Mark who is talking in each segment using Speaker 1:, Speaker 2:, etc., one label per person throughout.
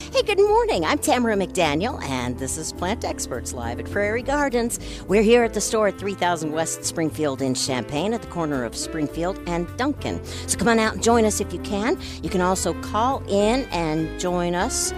Speaker 1: Hey, good morning. I'm Tamara McDaniel, and this is Plant Experts Live at Prairie Gardens. We're here at the store at 3000 West Springfield in Champaign at the corner of Springfield and Duncan. So come on out and join us if you can. You can also call in and join us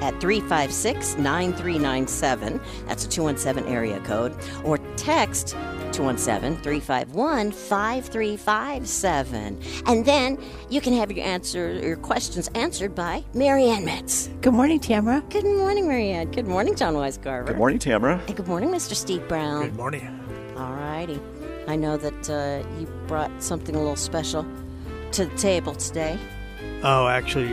Speaker 1: at 356 9397. That's a 217 area code. Or text 217 351 5357. And then you can have your answer your questions answered by Marianne Metz.
Speaker 2: Good morning, Tamara.
Speaker 1: Good morning, Marianne. Good morning, John Weisgarver.
Speaker 3: Good morning, Tamara.
Speaker 1: And good morning, Mr. Steve
Speaker 4: Good
Speaker 1: Brown.
Speaker 4: morning.
Speaker 1: All righty. I know that uh, you brought something a little special to the table today.
Speaker 4: Oh, actually,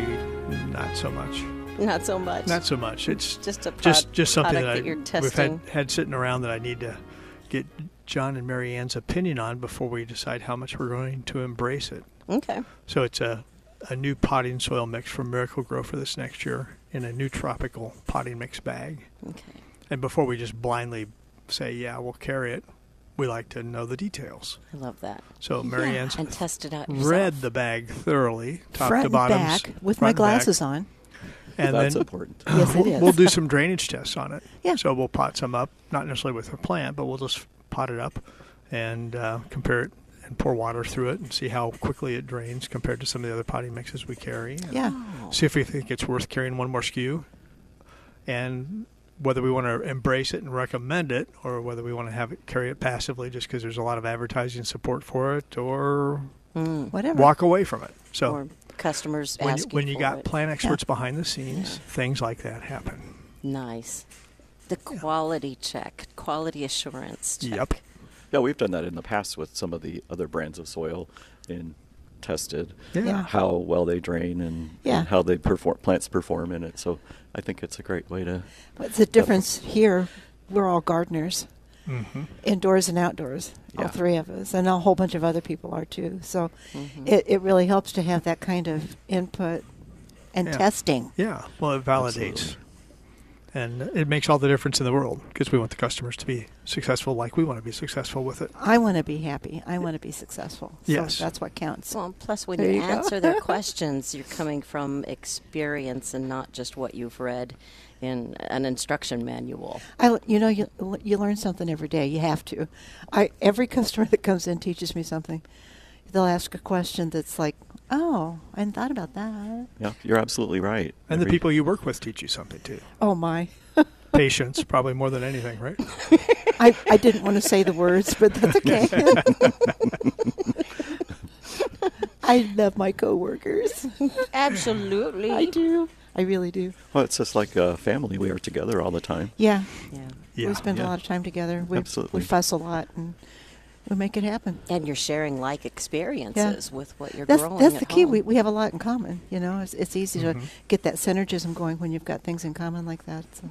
Speaker 4: not so much.
Speaker 1: Not so much.
Speaker 4: Not so much. It's
Speaker 1: Just a
Speaker 4: just
Speaker 1: prod-
Speaker 4: just something
Speaker 1: product
Speaker 4: that, I,
Speaker 1: that you're
Speaker 4: we've had,
Speaker 1: testing.
Speaker 4: had sitting around that I need to get John and Mary Ann's opinion on before we decide how much we're going to embrace it.
Speaker 1: okay.
Speaker 4: So it's a a new potting soil mix from Miracle Grow for this next year in a new tropical potting mix bag.
Speaker 1: Okay.
Speaker 4: And before we just blindly say, yeah, we'll carry it, we like to know the details.
Speaker 1: I love that.
Speaker 4: So Mary Ann's
Speaker 1: And test it out yourself.
Speaker 4: read the bag thoroughly, top
Speaker 2: Front
Speaker 4: to bottom,
Speaker 2: and back with my
Speaker 4: front and back.
Speaker 2: glasses on.
Speaker 4: and
Speaker 3: That's
Speaker 4: then
Speaker 3: important.
Speaker 2: Yes, it is.
Speaker 4: we'll do some drainage tests on it.
Speaker 2: Yeah.
Speaker 4: So we'll pot some up, not necessarily with a plant, but we'll just pot it up and uh, compare it and pour water through it and see how quickly it drains compared to some of the other potting mixes we carry. and
Speaker 2: Yeah.
Speaker 1: Oh.
Speaker 4: See if we think it's worth carrying one more skew and whether we want to embrace it and recommend it or whether we want to have it carry it passively just because there's a lot of advertising support for it or
Speaker 2: Whatever.
Speaker 4: walk away from it. So
Speaker 1: Mm. Or customers
Speaker 4: when you,
Speaker 1: asking
Speaker 4: when you
Speaker 1: for
Speaker 4: got
Speaker 1: it.
Speaker 4: plant experts behind the scenes, things like that happen.
Speaker 1: nice. The quality check, quality assurance check.
Speaker 4: Yep.
Speaker 3: Yeah, we've done that in the past with some of the other brands of soil and tested
Speaker 4: Yeah.
Speaker 2: Yeah.
Speaker 3: how well they drain and,
Speaker 2: Yeah.
Speaker 3: and how they perform plants perform in it. So I think it's a great way to
Speaker 2: What's the difference here? We're all gardeners, indoors and outdoors, all
Speaker 3: Yeah.
Speaker 2: three of us, and a whole bunch of other people are too. So
Speaker 3: Mm-hmm.
Speaker 2: it, it really helps to have that kind of input and
Speaker 4: Yeah.
Speaker 2: testing.
Speaker 4: Yeah. Well, it validates. And it makes all the difference in the world because we want the customers to be successful like we want to be successful with it.
Speaker 2: I want to be happy. I want to be successful. So
Speaker 4: Yes.
Speaker 2: that's what counts.
Speaker 1: Well, and plus, when
Speaker 2: There
Speaker 1: you,
Speaker 2: you go.
Speaker 1: answer their questions, you're coming from experience and not just what you've read in an instruction manual.
Speaker 2: I, you know, you you learn something every day. You have to. I every customer that comes in teaches me something. They'll ask a question that's like, "Oh, I hadn't thought about that."
Speaker 3: Yeah, you're absolutely right.
Speaker 4: And the
Speaker 3: Every-
Speaker 4: people you work with teach you something too.
Speaker 2: Oh my,
Speaker 4: Patience, probably more than anything, right?
Speaker 2: I I didn't want to say the words, but that's okay. I love my coworkers.
Speaker 1: Absolutely.
Speaker 2: I do. I really do.
Speaker 3: Well, it's just like a family. We are together all the time.
Speaker 2: Yeah,
Speaker 1: Yeah.
Speaker 4: Yeah.
Speaker 2: we spend a
Speaker 3: yeah.
Speaker 2: lot of time together. We
Speaker 3: Absolutely.
Speaker 2: we fuss a lot and we make it happen.
Speaker 1: And you're sharing like experiences with what you're
Speaker 2: that's,
Speaker 1: growing.
Speaker 2: That's
Speaker 1: at
Speaker 2: the key.
Speaker 1: home.
Speaker 2: We, we have a lot in common. You know, it's, it's easy
Speaker 4: Mm-hmm.
Speaker 2: to get that synergism going when you've got things in common like that. So.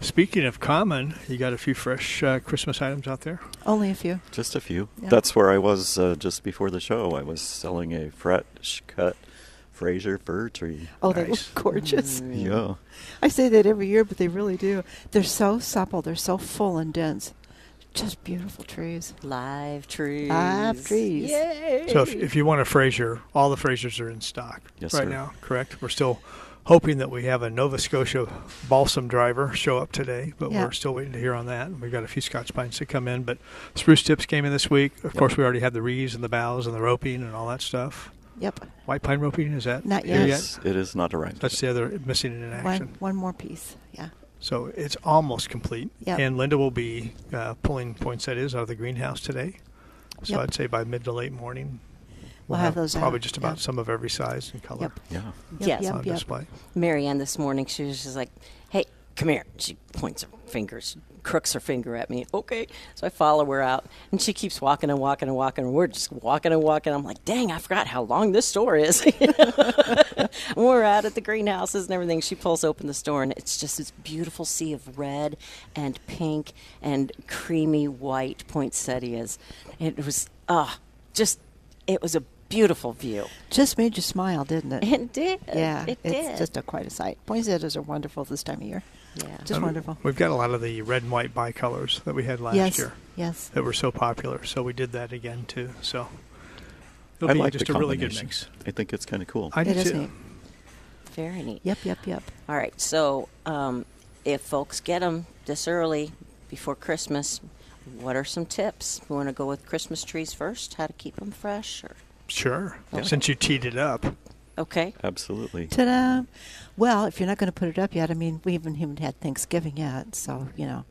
Speaker 4: Speaking of common, you got a few fresh uh, Christmas items out there?
Speaker 2: Only a few.
Speaker 3: Just a few.
Speaker 2: Yeah.
Speaker 3: That's where I was uh, just before the show. I was selling a fresh cut Fraser fir tree.
Speaker 2: Oh, they
Speaker 4: Nice.
Speaker 2: look gorgeous.
Speaker 1: Mm.
Speaker 3: Yeah.
Speaker 2: I say that every year, but they really do. They're so supple. They're so full and dense. Just beautiful trees.
Speaker 1: Live trees.
Speaker 2: Live trees.
Speaker 1: Yay.
Speaker 4: So if, if you want a Fraser, all the Frasers are in stock
Speaker 3: Yes,
Speaker 4: right
Speaker 3: sir.
Speaker 4: now, correct? We're still hoping that we have a Nova Scotia balsam driver show up today, but
Speaker 2: Yeah.
Speaker 4: we're still waiting to hear on that. We've got a few Scotch pines to come in, but spruce tips came in this week. Of course, we already had the reeds and the boughs and the roping and all that stuff.
Speaker 2: Yep.
Speaker 4: White pine roping, is that
Speaker 2: Not
Speaker 4: here
Speaker 2: yet.
Speaker 4: yet?
Speaker 3: Yes, it is not arrived.
Speaker 4: That's the other missing in
Speaker 2: One,
Speaker 4: action.
Speaker 2: one more piece. Yeah.
Speaker 4: So it's almost complete.
Speaker 2: Yep.
Speaker 4: And Linda will be uh, pulling poinsettias out of the greenhouse today. So
Speaker 2: Yep.
Speaker 4: I'd say by mid to late morning,
Speaker 2: We'll have those
Speaker 4: probably
Speaker 2: out,
Speaker 4: just about
Speaker 2: yeah.
Speaker 4: some of every size and color
Speaker 2: Yep.
Speaker 3: yeah.
Speaker 1: Yes.
Speaker 2: Yep,
Speaker 4: on
Speaker 2: yep.
Speaker 4: display.
Speaker 1: Marianne this morning, she was just like, hey, come here. She points her fingers, crooks her finger at me. Okay. So I follow her out, and she keeps walking and walking and walking. And we're just walking and walking. I'm like, dang, I forgot how long this store is. And we're out at the greenhouses and everything. She pulls open the store, and it's just this beautiful sea of red and pink and creamy white poinsettias. It was, ah, just, it was a beautiful view.
Speaker 2: Just made you smile, didn't it?
Speaker 1: It did.
Speaker 2: yeah.
Speaker 1: It
Speaker 2: it's
Speaker 1: did.
Speaker 2: just a quite a sight. Poinsettias are wonderful this time of year.
Speaker 1: Yeah.
Speaker 2: Just wonderful.
Speaker 4: We've got a lot of the red and white bicolors that we had last
Speaker 2: yes.
Speaker 4: year
Speaker 2: Yes.
Speaker 4: that were so popular. So we did that again too. So it'll
Speaker 3: I
Speaker 4: be
Speaker 3: like
Speaker 4: just
Speaker 3: the
Speaker 4: a really good
Speaker 3: combination.
Speaker 4: mix.
Speaker 3: I think it's kind of cool.
Speaker 4: I
Speaker 2: It
Speaker 4: do
Speaker 2: is
Speaker 4: too.
Speaker 2: neat.
Speaker 1: Very neat.
Speaker 2: Yep, yep, yep.
Speaker 1: All right. So, um, if folks get them this early before Christmas, what are some tips? You want to go with Christmas trees first? How to keep them fresh? Or
Speaker 4: Sure.
Speaker 3: Yeah.
Speaker 4: Since you teed it up,
Speaker 1: okay.
Speaker 3: Absolutely.
Speaker 2: Ta-da! Well, if you're not going to put it up yet, I mean, we haven't even had Thanksgiving yet, so you know,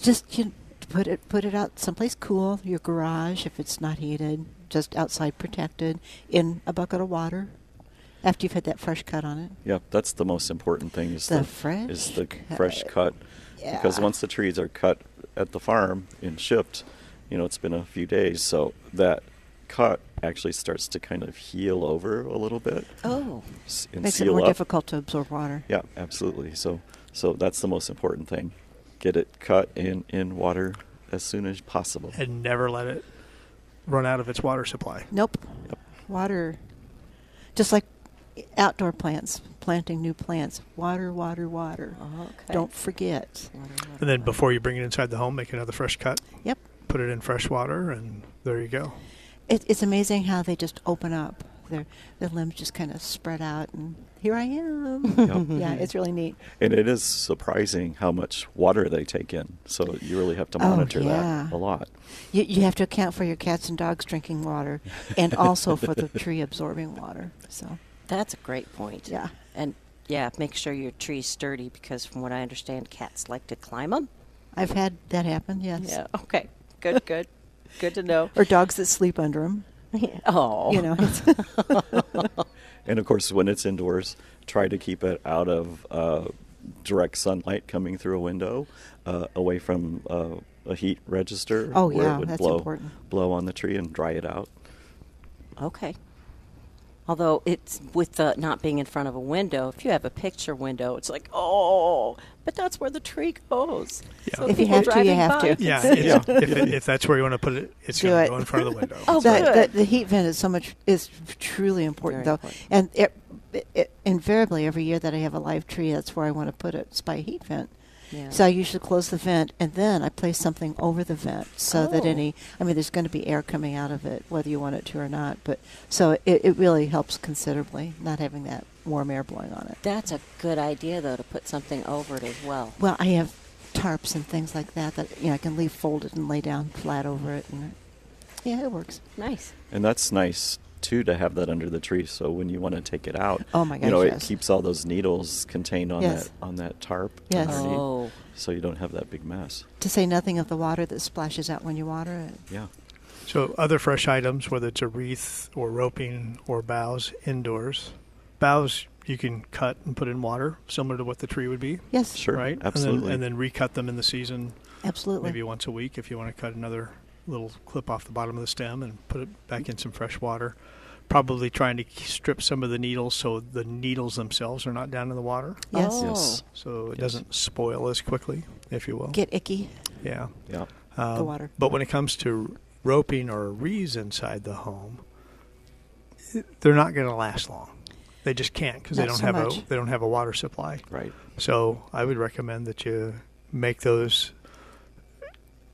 Speaker 2: just you put it put it out someplace cool, your garage if it's not heated, just outside protected, in a bucket of water, after you've had that fresh cut on it.
Speaker 3: Yeah, that's the most important thing is
Speaker 2: The
Speaker 3: the,
Speaker 2: fresh
Speaker 3: is the
Speaker 2: cut.
Speaker 3: fresh cut. Because
Speaker 2: Yeah.
Speaker 3: once the trees are cut at the farm and shipped, you know, it's been a few days, so that cut actually starts to kind of heal over a little bit
Speaker 1: Oh.
Speaker 3: s- and
Speaker 2: Makes it
Speaker 3: seal
Speaker 2: more
Speaker 3: up.
Speaker 2: difficult to absorb water.
Speaker 3: Yeah, absolutely. So so that's the most important thing. Get it cut in in water as soon as possible.
Speaker 4: and never let it run out of its water supply.
Speaker 2: Nope.
Speaker 3: Yep.
Speaker 2: Water, just like outdoor plants, planting new plants, water, water, water.
Speaker 1: Okay.
Speaker 2: Don't forget.
Speaker 4: And then before you bring it inside the home, make another fresh cut,
Speaker 2: Yep.
Speaker 4: put it in fresh water, and there you go.
Speaker 2: It, it's amazing how they just open up. Their their limbs just kind of spread out, and here I am.
Speaker 3: Yep.
Speaker 1: Mm-hmm.
Speaker 2: yeah, it's really neat.
Speaker 3: And it is surprising how much water they take in. So you really have to
Speaker 2: Oh,
Speaker 3: monitor
Speaker 2: yeah.
Speaker 3: that a lot.
Speaker 2: You, you have to account for your cats and dogs drinking water, and also for the tree absorbing water. So,
Speaker 1: That's a great point.
Speaker 2: Yeah.
Speaker 1: And yeah, make sure your tree's sturdy because from what I understand, cats like to climb them.
Speaker 2: I've had that happen. Yes.
Speaker 1: Yeah. Oh, Okay. Good. Good. good to know.
Speaker 2: Or dogs that sleep under them.
Speaker 1: oh.
Speaker 2: You know. It's
Speaker 3: And of course, when it's indoors, try to keep it out of uh, direct sunlight coming through a window, uh, away from uh, a heat register
Speaker 2: Oh,
Speaker 3: where
Speaker 2: yeah,
Speaker 3: it would
Speaker 2: that's
Speaker 3: blow
Speaker 2: important.
Speaker 3: blow on the tree and dry it out.
Speaker 1: Okay. Although it's with the not being in front of a window, if you have a picture window, it's like oh, but that's where the tree goes.
Speaker 4: Yeah.
Speaker 1: So
Speaker 4: If you
Speaker 1: people
Speaker 2: have to, you
Speaker 1: driving
Speaker 2: have
Speaker 1: by
Speaker 2: to.
Speaker 1: can
Speaker 4: Yeah,
Speaker 1: see
Speaker 4: it's-
Speaker 3: Yeah.
Speaker 4: If, it, if that's where you want to put it, it's
Speaker 2: Do
Speaker 4: going
Speaker 2: it.
Speaker 4: to go in front of the window.
Speaker 1: Oh,
Speaker 4: So-
Speaker 1: good.
Speaker 2: the, the, the heat vent is so much is truly important
Speaker 1: Very
Speaker 2: though,
Speaker 1: important.
Speaker 2: and it, it invariably every year that I have a live tree, that's where I want to put it. It's by a heat vent.
Speaker 1: Yeah.
Speaker 2: So I usually close the vent and then I place something over the vent so that
Speaker 1: Oh.
Speaker 2: any, I mean, there's going to be air coming out of it, whether you want it to or not. But so it, it really helps considerably not having that warm air blowing on it.
Speaker 1: That's a good idea, though, to put something over it as well.
Speaker 2: Well, I have tarps and things like that that you know I can leave folded and lay down flat over it, and yeah, it works.
Speaker 1: Nice.
Speaker 3: And that's nice too to have that under the tree. So when you want to take it out,
Speaker 2: Oh my
Speaker 3: you know
Speaker 2: gosh,
Speaker 3: it
Speaker 2: yes.
Speaker 3: keeps all those needles contained on
Speaker 2: Yes.
Speaker 3: that on that tarp
Speaker 2: Yes.
Speaker 3: underneath,
Speaker 1: Oh.
Speaker 3: so you don't have that big mess.
Speaker 2: To say nothing of the water that splashes out when you water it.
Speaker 3: Yeah.
Speaker 4: So other fresh items, whether it's a wreath or roping or boughs indoors, boughs you can cut and put in water, similar to what the tree would be,
Speaker 2: Yes,
Speaker 3: Sure.
Speaker 4: right?
Speaker 3: Absolutely.
Speaker 4: And then, and then recut them in the season,
Speaker 2: absolutely.
Speaker 4: maybe once a week if you want to cut another little clip off the bottom of the stem and put it back in some fresh water. Probably trying to strip some of the needles so the needles themselves are not down in the water,
Speaker 2: Yes.
Speaker 1: Oh.
Speaker 3: Yes.
Speaker 4: so it
Speaker 3: Yes.
Speaker 4: doesn't spoil as quickly, if you will.
Speaker 2: Get icky.
Speaker 4: yeah.
Speaker 3: Yeah.
Speaker 4: Um,
Speaker 2: water.
Speaker 4: But when it comes to roping or reeds inside the home, they're not going to last long. They just can't because they
Speaker 2: Not
Speaker 4: don't
Speaker 2: so
Speaker 4: have a
Speaker 2: much.
Speaker 4: they don't have a water supply.
Speaker 3: Right.
Speaker 4: So I would recommend that you make those.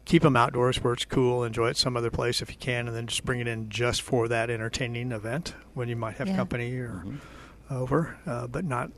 Speaker 4: Keep them outdoors where it's cool. Enjoy it some other place if you can, and then just bring it in just for that entertaining event when you might have
Speaker 2: Yeah. Mm-hmm.
Speaker 4: company or
Speaker 3: Mhm.
Speaker 4: over, uh, but not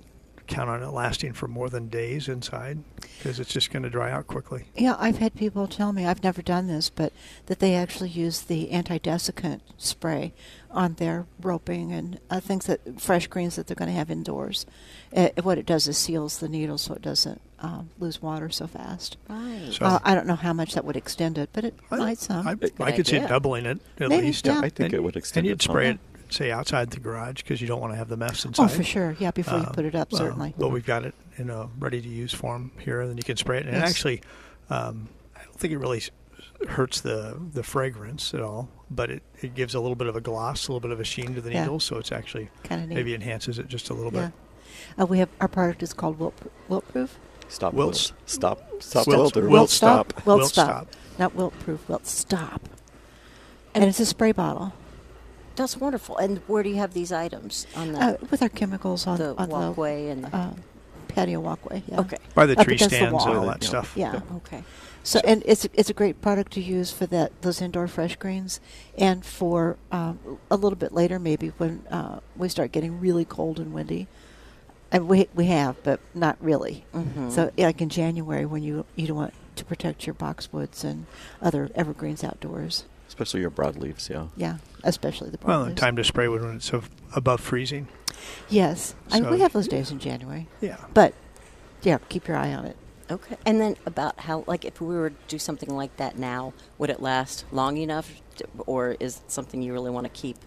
Speaker 4: count on it lasting for more than days inside because it's just going to dry out quickly.
Speaker 2: Yeah, I've had people tell me I've never done this, but that they actually use the anti-desiccant spray on their roping and uh, things that fresh greens that they're going to have indoors. Uh, what it does is seals the needle so it doesn't um, lose water so fast.
Speaker 1: Right.
Speaker 4: So-
Speaker 2: Uh, I don't know how much that would extend it, but it might some.
Speaker 4: I,
Speaker 1: Good
Speaker 4: I could see
Speaker 1: idea.
Speaker 4: it doubling it at
Speaker 2: Maybe,
Speaker 4: least.
Speaker 2: yeah.
Speaker 3: I think
Speaker 4: And-
Speaker 3: it would extend
Speaker 4: And
Speaker 3: it
Speaker 4: you'd spray it,
Speaker 3: some.
Speaker 4: say, outside the garage because you don't want to have the mess inside.
Speaker 2: oh, for sure. Yeah, before you
Speaker 4: Uh,
Speaker 2: put it up,
Speaker 4: uh,
Speaker 2: certainly.
Speaker 4: But we've got it in a ready to use form here, and then you can spray it. And
Speaker 2: Yes.
Speaker 4: actually, um, I don't think it really s- hurts the, the fragrance at all, but it, it gives a little bit of a gloss, a little bit of a sheen to the
Speaker 2: Yeah.
Speaker 4: needle, so it's actually
Speaker 2: Kind of neat.
Speaker 4: maybe enhances it just a little
Speaker 2: yeah.
Speaker 4: bit.
Speaker 2: Uh, we have our product is called Wilt, Wilt Proof.
Speaker 3: Stop.
Speaker 4: Wilt-
Speaker 3: Wilt. Stop. Stop.
Speaker 4: Wilt-
Speaker 3: Wilt. or
Speaker 4: Wilt
Speaker 3: wilt
Speaker 4: stop.
Speaker 3: stop.
Speaker 2: Wilt
Speaker 4: Wilt
Speaker 2: stop.
Speaker 4: stop.
Speaker 2: Not wilt proof. Wilt stop. And it's a spray bottle
Speaker 1: That's wonderful. And where do you have these items on the,
Speaker 2: uh, with our chemicals on
Speaker 1: the
Speaker 2: on
Speaker 1: walkway and the,
Speaker 2: the uh, patio walkway. Yeah.
Speaker 1: okay,
Speaker 4: By the
Speaker 2: Up
Speaker 4: tree
Speaker 2: against the
Speaker 4: stands and
Speaker 2: wall.
Speaker 4: all that
Speaker 3: Yeah.
Speaker 4: stuff.
Speaker 2: Yeah.
Speaker 1: okay,
Speaker 2: So and it's it's a great product to use for that those indoor fresh greens, and for um, a little bit later maybe when uh, we start getting really cold and windy, And we we have, but not really.
Speaker 1: Mm-hmm.
Speaker 2: So yeah, like in January, when you you don't want to protect your boxwoods and other evergreens outdoors.
Speaker 3: especially your broadleaves. Yeah.
Speaker 2: Yeah, especially the
Speaker 4: Well, the
Speaker 2: broadleaves.
Speaker 4: time to spray would when it's of- above freezing.
Speaker 2: Yes, I mean,
Speaker 4: So-
Speaker 2: we have those days in January,
Speaker 4: Yeah.
Speaker 2: but yeah, keep your eye on it.
Speaker 1: Okay. And then about how, like, if we were to do something like that now, would it last long enough, t- or is it something you really want to keep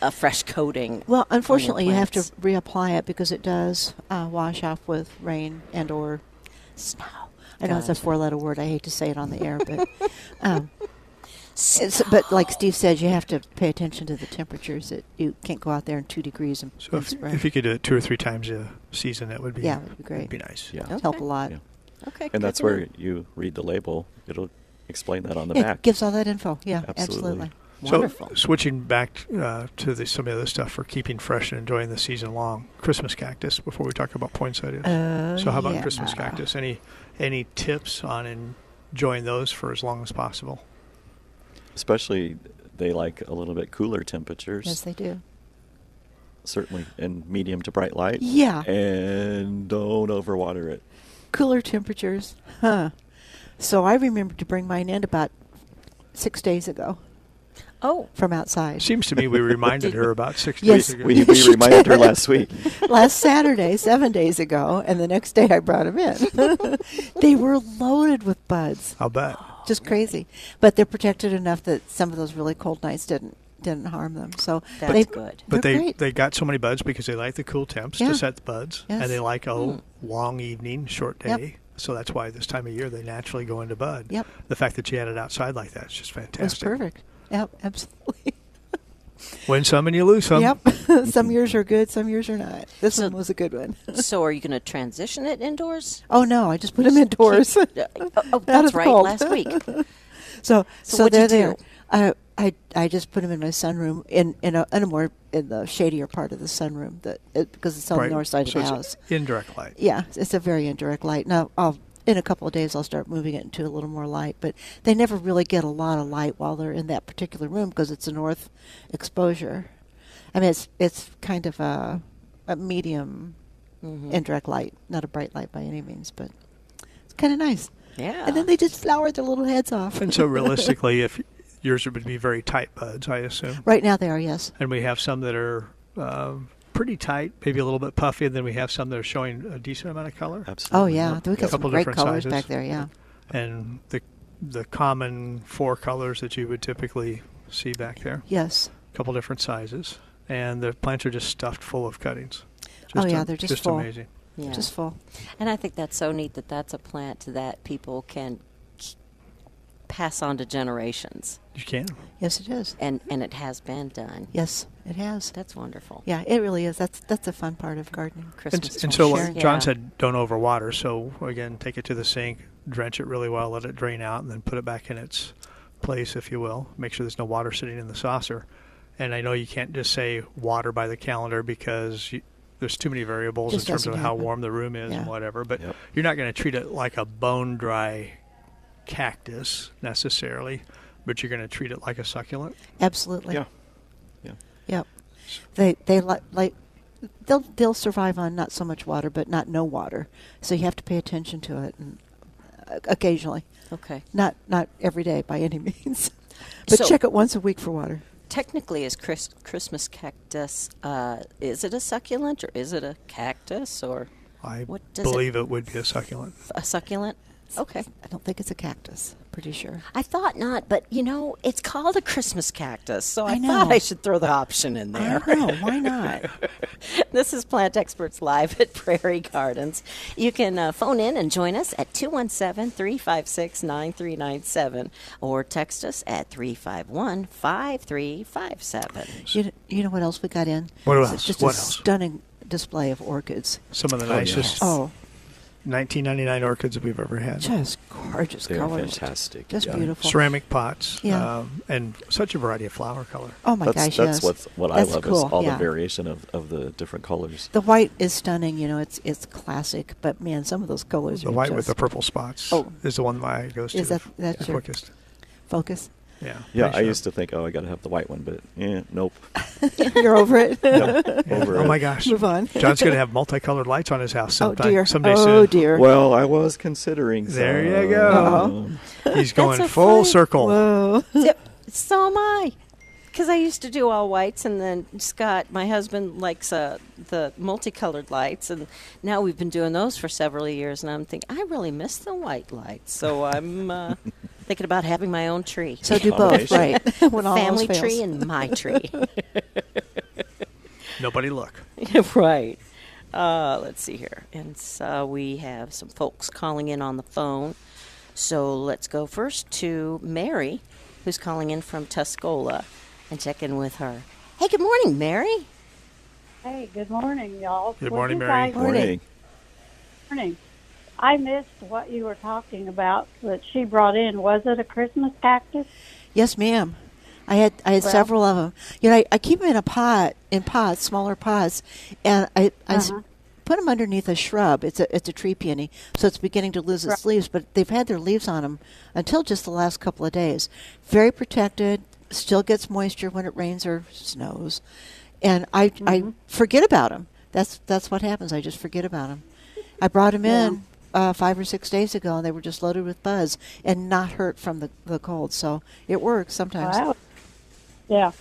Speaker 1: a fresh coating?
Speaker 2: Well,
Speaker 1: on your
Speaker 2: unfortunately, you have to
Speaker 1: plants?
Speaker 2: reapply it because it does uh, wash off with rain and or snow. I know it's a
Speaker 1: Gotcha.
Speaker 2: four-letter word. I hate to say it on the air, but um, it's, but like Steve said, you have to pay attention to the temperatures. It you can't go out there in two degrees and,
Speaker 4: So
Speaker 2: and
Speaker 4: if,
Speaker 2: spray.
Speaker 4: if you could do it two or three times a season, that would be
Speaker 2: Yeah, it would be great.
Speaker 4: Be nice.
Speaker 3: Yeah.
Speaker 1: Okay.
Speaker 2: help a lot.
Speaker 3: Yeah.
Speaker 1: Okay. good
Speaker 3: And that's
Speaker 1: to
Speaker 3: where
Speaker 1: know.
Speaker 3: you read the label. It'll explain that on the
Speaker 2: it
Speaker 3: back.
Speaker 2: gives all that info. Yeah, absolutely.
Speaker 3: Absolutely.
Speaker 1: Wonderful.
Speaker 4: So switching back uh, to the, some of the other stuff for keeping fresh and enjoying the season long, Christmas cactus. Before we talk about poinsettias,
Speaker 2: Oh,
Speaker 4: so how about
Speaker 2: yeah.
Speaker 4: Christmas cactus? Any any tips on enjoying those for as long as possible?
Speaker 3: Especially they like a little bit cooler temperatures.
Speaker 2: Yes, they do.
Speaker 3: certainly in medium to bright light.
Speaker 2: Yeah.
Speaker 3: And don't overwater it.
Speaker 2: cooler temperatures. Huh. So I remembered to bring mine in about six days ago
Speaker 1: Oh,
Speaker 2: from outside.
Speaker 4: Seems to me we reminded her about six
Speaker 2: Yes.
Speaker 4: days ago.
Speaker 3: We, we
Speaker 2: She
Speaker 3: reminded her
Speaker 2: did.
Speaker 3: last week.
Speaker 2: Last Saturday, seven days ago, and the next day I brought them in. they were loaded with buds,
Speaker 4: I'll bet.
Speaker 2: just crazy. But they're protected enough that some of those really cold nights didn't didn't harm them. So
Speaker 1: That's
Speaker 2: they-
Speaker 1: good.
Speaker 4: But
Speaker 2: they're
Speaker 4: they,
Speaker 2: great.
Speaker 4: they got so many buds because they like the cool temps
Speaker 2: Yeah.
Speaker 4: to set the buds,
Speaker 2: Yes. Mm.
Speaker 4: and they like a long evening, short day.
Speaker 2: Yep.
Speaker 4: So that's why this time of year they naturally go into bud.
Speaker 2: Yep.
Speaker 4: The fact that you had it outside like that is just fantastic.
Speaker 2: it was perfect. Yep, absolutely.
Speaker 4: Win some and you lose some.
Speaker 2: yep. some years are good, some years are not. This
Speaker 1: So-
Speaker 2: one was a good one.
Speaker 1: so are you going to transition it indoors?
Speaker 2: Oh no, I just put them indoors.
Speaker 1: Keep- uh, oh, oh, that's
Speaker 2: is
Speaker 1: right.
Speaker 2: cold.
Speaker 1: Last week.
Speaker 2: So, so,
Speaker 1: what'd
Speaker 2: they're
Speaker 1: you do?
Speaker 2: there. I, I, I just put them in my sunroom in in a, in a more in the shadier part of the sunroom that it, because it's on
Speaker 4: Right.
Speaker 2: the north side of
Speaker 4: So it's
Speaker 2: the house.
Speaker 4: Indirect light.
Speaker 2: Yeah, it's a very indirect light. Now, I'll, in a couple of days, I'll start moving it into a little more light, but they never really get a lot of light while they're in that particular room because it's a north exposure. I mean, it's it's kind of a, a medium
Speaker 1: Mm-hmm.
Speaker 2: indirect light, not a bright light by any means, but it's kind of nice.
Speaker 1: Yeah.
Speaker 2: And then they just flower their little heads off.
Speaker 4: And so realistically, if yours would be very tight buds, I assume.
Speaker 2: Right now they are, yes.
Speaker 4: And we have some that are um, pretty tight, maybe a little bit puffy, and then we have some that are showing a decent amount of color.
Speaker 2: Oh
Speaker 3: Absolutely.
Speaker 2: yeah, we got some
Speaker 4: Couple
Speaker 2: great
Speaker 4: different
Speaker 2: colors
Speaker 4: sizes.
Speaker 2: back there. Yeah,
Speaker 4: And the the common four colors that you would typically see back there.
Speaker 2: yes.
Speaker 4: couple different sizes, and the plants are just stuffed full of cuttings.
Speaker 2: Oh, yeah, they're just full.
Speaker 4: amazing.
Speaker 1: Yeah.
Speaker 2: Just full.
Speaker 1: And I think that's so neat that that's a plant that people can k- pass on to generations,
Speaker 4: You can.
Speaker 2: Yes, it is.
Speaker 1: and and it has been done.
Speaker 2: Yes, it has.
Speaker 1: That's wonderful.
Speaker 2: Yeah, it really is. That's that's a fun part of gardening.
Speaker 4: And,
Speaker 1: Christmas.
Speaker 4: and
Speaker 1: tree.
Speaker 4: so,
Speaker 2: Sure.
Speaker 4: like John
Speaker 1: Yeah.
Speaker 4: said, don't overwater. So again, take it to the sink, drench it really well, let it drain out, and then put it back in its place, if you will. Make sure there's no water sitting in the saucer. And I know you can't just say water by the calendar because you, there's too many variables
Speaker 2: Just
Speaker 4: in terms of
Speaker 2: doesn't
Speaker 4: how
Speaker 2: happen.
Speaker 4: warm the room is
Speaker 2: Yeah.
Speaker 4: and whatever. But
Speaker 3: Yep.
Speaker 4: you're not going to treat it like a bone dry cactus necessarily, but you're going to treat it like a succulent.
Speaker 2: Absolutely.
Speaker 3: Yeah. Yeah.
Speaker 2: Yep. They they like like they'll they'll survive on not so much water, but not no water. So you have to pay attention to it and uh, occasionally,
Speaker 1: Okay.
Speaker 2: not not every day by any means, but
Speaker 1: So-
Speaker 2: check it once a week for water.
Speaker 1: Technically, is Chris, Christmas cactus? Uh, is it a succulent or is it a cactus or
Speaker 4: I
Speaker 1: What does it-
Speaker 4: believe it, would be a succulent.
Speaker 1: a succulent? Okay.
Speaker 2: I don't think it's a cactus. Pretty sure.
Speaker 1: I thought not, but you know, it's called a Christmas cactus, so I,
Speaker 2: I
Speaker 1: thought
Speaker 2: know.
Speaker 1: I should throw the option in there.
Speaker 2: I don't know. Why not?
Speaker 1: This is Plant Experts Live at Prairie Gardens. You can uh, phone in and join us at 217 356 9397 or text us at 351 5357.
Speaker 2: You know, you know what else we got in?
Speaker 4: What
Speaker 2: It's
Speaker 4: else?
Speaker 2: Just
Speaker 4: What
Speaker 2: a
Speaker 4: else?
Speaker 2: stunning display of orchids.
Speaker 4: Some of the
Speaker 3: Oh, yeah.
Speaker 4: nicest.
Speaker 2: Oh,
Speaker 4: 1999 orchids that we've ever had.
Speaker 2: just gorgeous
Speaker 3: They are
Speaker 2: colors.
Speaker 3: fantastic.
Speaker 2: Just
Speaker 3: yeah.
Speaker 2: beautiful.
Speaker 4: Ceramic pots,
Speaker 2: Yeah.
Speaker 4: um, and such a variety of flower color.
Speaker 2: Oh my
Speaker 3: that's
Speaker 2: gosh,
Speaker 3: that's
Speaker 2: yes.
Speaker 3: what's, what
Speaker 2: That's
Speaker 3: I love
Speaker 2: cool,
Speaker 3: is all
Speaker 2: yeah.
Speaker 3: the variation of, of the different colors.
Speaker 2: The white is stunning. You know, it's it's classic. But man, some of those colors
Speaker 4: The
Speaker 2: are
Speaker 4: white
Speaker 2: just
Speaker 4: with the purple spots
Speaker 2: Oh.
Speaker 4: is the one my eye goes
Speaker 2: Is
Speaker 4: to
Speaker 2: that- that's
Speaker 4: the
Speaker 2: your-
Speaker 4: quickest.
Speaker 2: focus.
Speaker 4: Yeah.
Speaker 3: Yeah,
Speaker 4: pretty
Speaker 3: I
Speaker 4: sure.
Speaker 3: used to think, oh, I got to have the white one, but eh, nope.
Speaker 2: You're over it.
Speaker 3: Nope. Over
Speaker 4: Oh
Speaker 3: it.
Speaker 4: my gosh.
Speaker 2: Move on.
Speaker 4: John's going to have multicolored lights on his house
Speaker 2: oh
Speaker 4: sometime.
Speaker 2: dear.
Speaker 4: Someday
Speaker 2: oh
Speaker 4: soon.
Speaker 2: dear.
Speaker 3: Well, I was considering.
Speaker 4: There you
Speaker 3: some.
Speaker 4: go.
Speaker 2: Uh-oh.
Speaker 4: He's going
Speaker 1: so
Speaker 4: full
Speaker 1: funny.
Speaker 4: circle.
Speaker 2: Whoa.
Speaker 1: Yep. So am I. Because I used to do all whites, and then Scott, my husband, likes uh, the multicolored lights, and now we've been doing those for several years. And I'm thinking, I really miss the white lights, so I'm uh, thinking about having my own tree,
Speaker 2: So do both,
Speaker 3: Combination.
Speaker 2: right? when all else
Speaker 1: family
Speaker 2: fails.
Speaker 1: tree and my tree.
Speaker 4: Nobody look.
Speaker 1: right. Uh, let's see here, and so we have some folks calling in on the phone. So let's go first to Mary, who's calling in from Tuscola, and check in with her. Hey, good morning, Mary.
Speaker 5: Hey, good morning, y'all.
Speaker 4: Good
Speaker 5: Well,
Speaker 4: morning,
Speaker 5: you
Speaker 4: Mary.
Speaker 5: guys-
Speaker 3: Morning.
Speaker 5: morning. I missed what you were talking about that she brought in. Was it a Christmas cactus?
Speaker 2: Yes, ma'am. I had I had
Speaker 5: Well-
Speaker 2: several of them. You know, I, I keep them in a pot, in pots, smaller pots, and I, I s-
Speaker 5: Uh-huh.
Speaker 2: put them underneath a shrub. It's a it's a tree peony, so it's beginning to lose its
Speaker 5: Right.
Speaker 2: leaves, but they've had their leaves on them until just the last couple of days. Very protected, still gets moisture when it rains or snows, and I I
Speaker 5: Mm-hmm.
Speaker 2: forget about them. That's that's what happens. I just forget about them. I brought them in uh, five or six days ago, and they were just loaded with buds and not hurt from the, the cold. So it works sometimes.
Speaker 5: Wow. Yeah.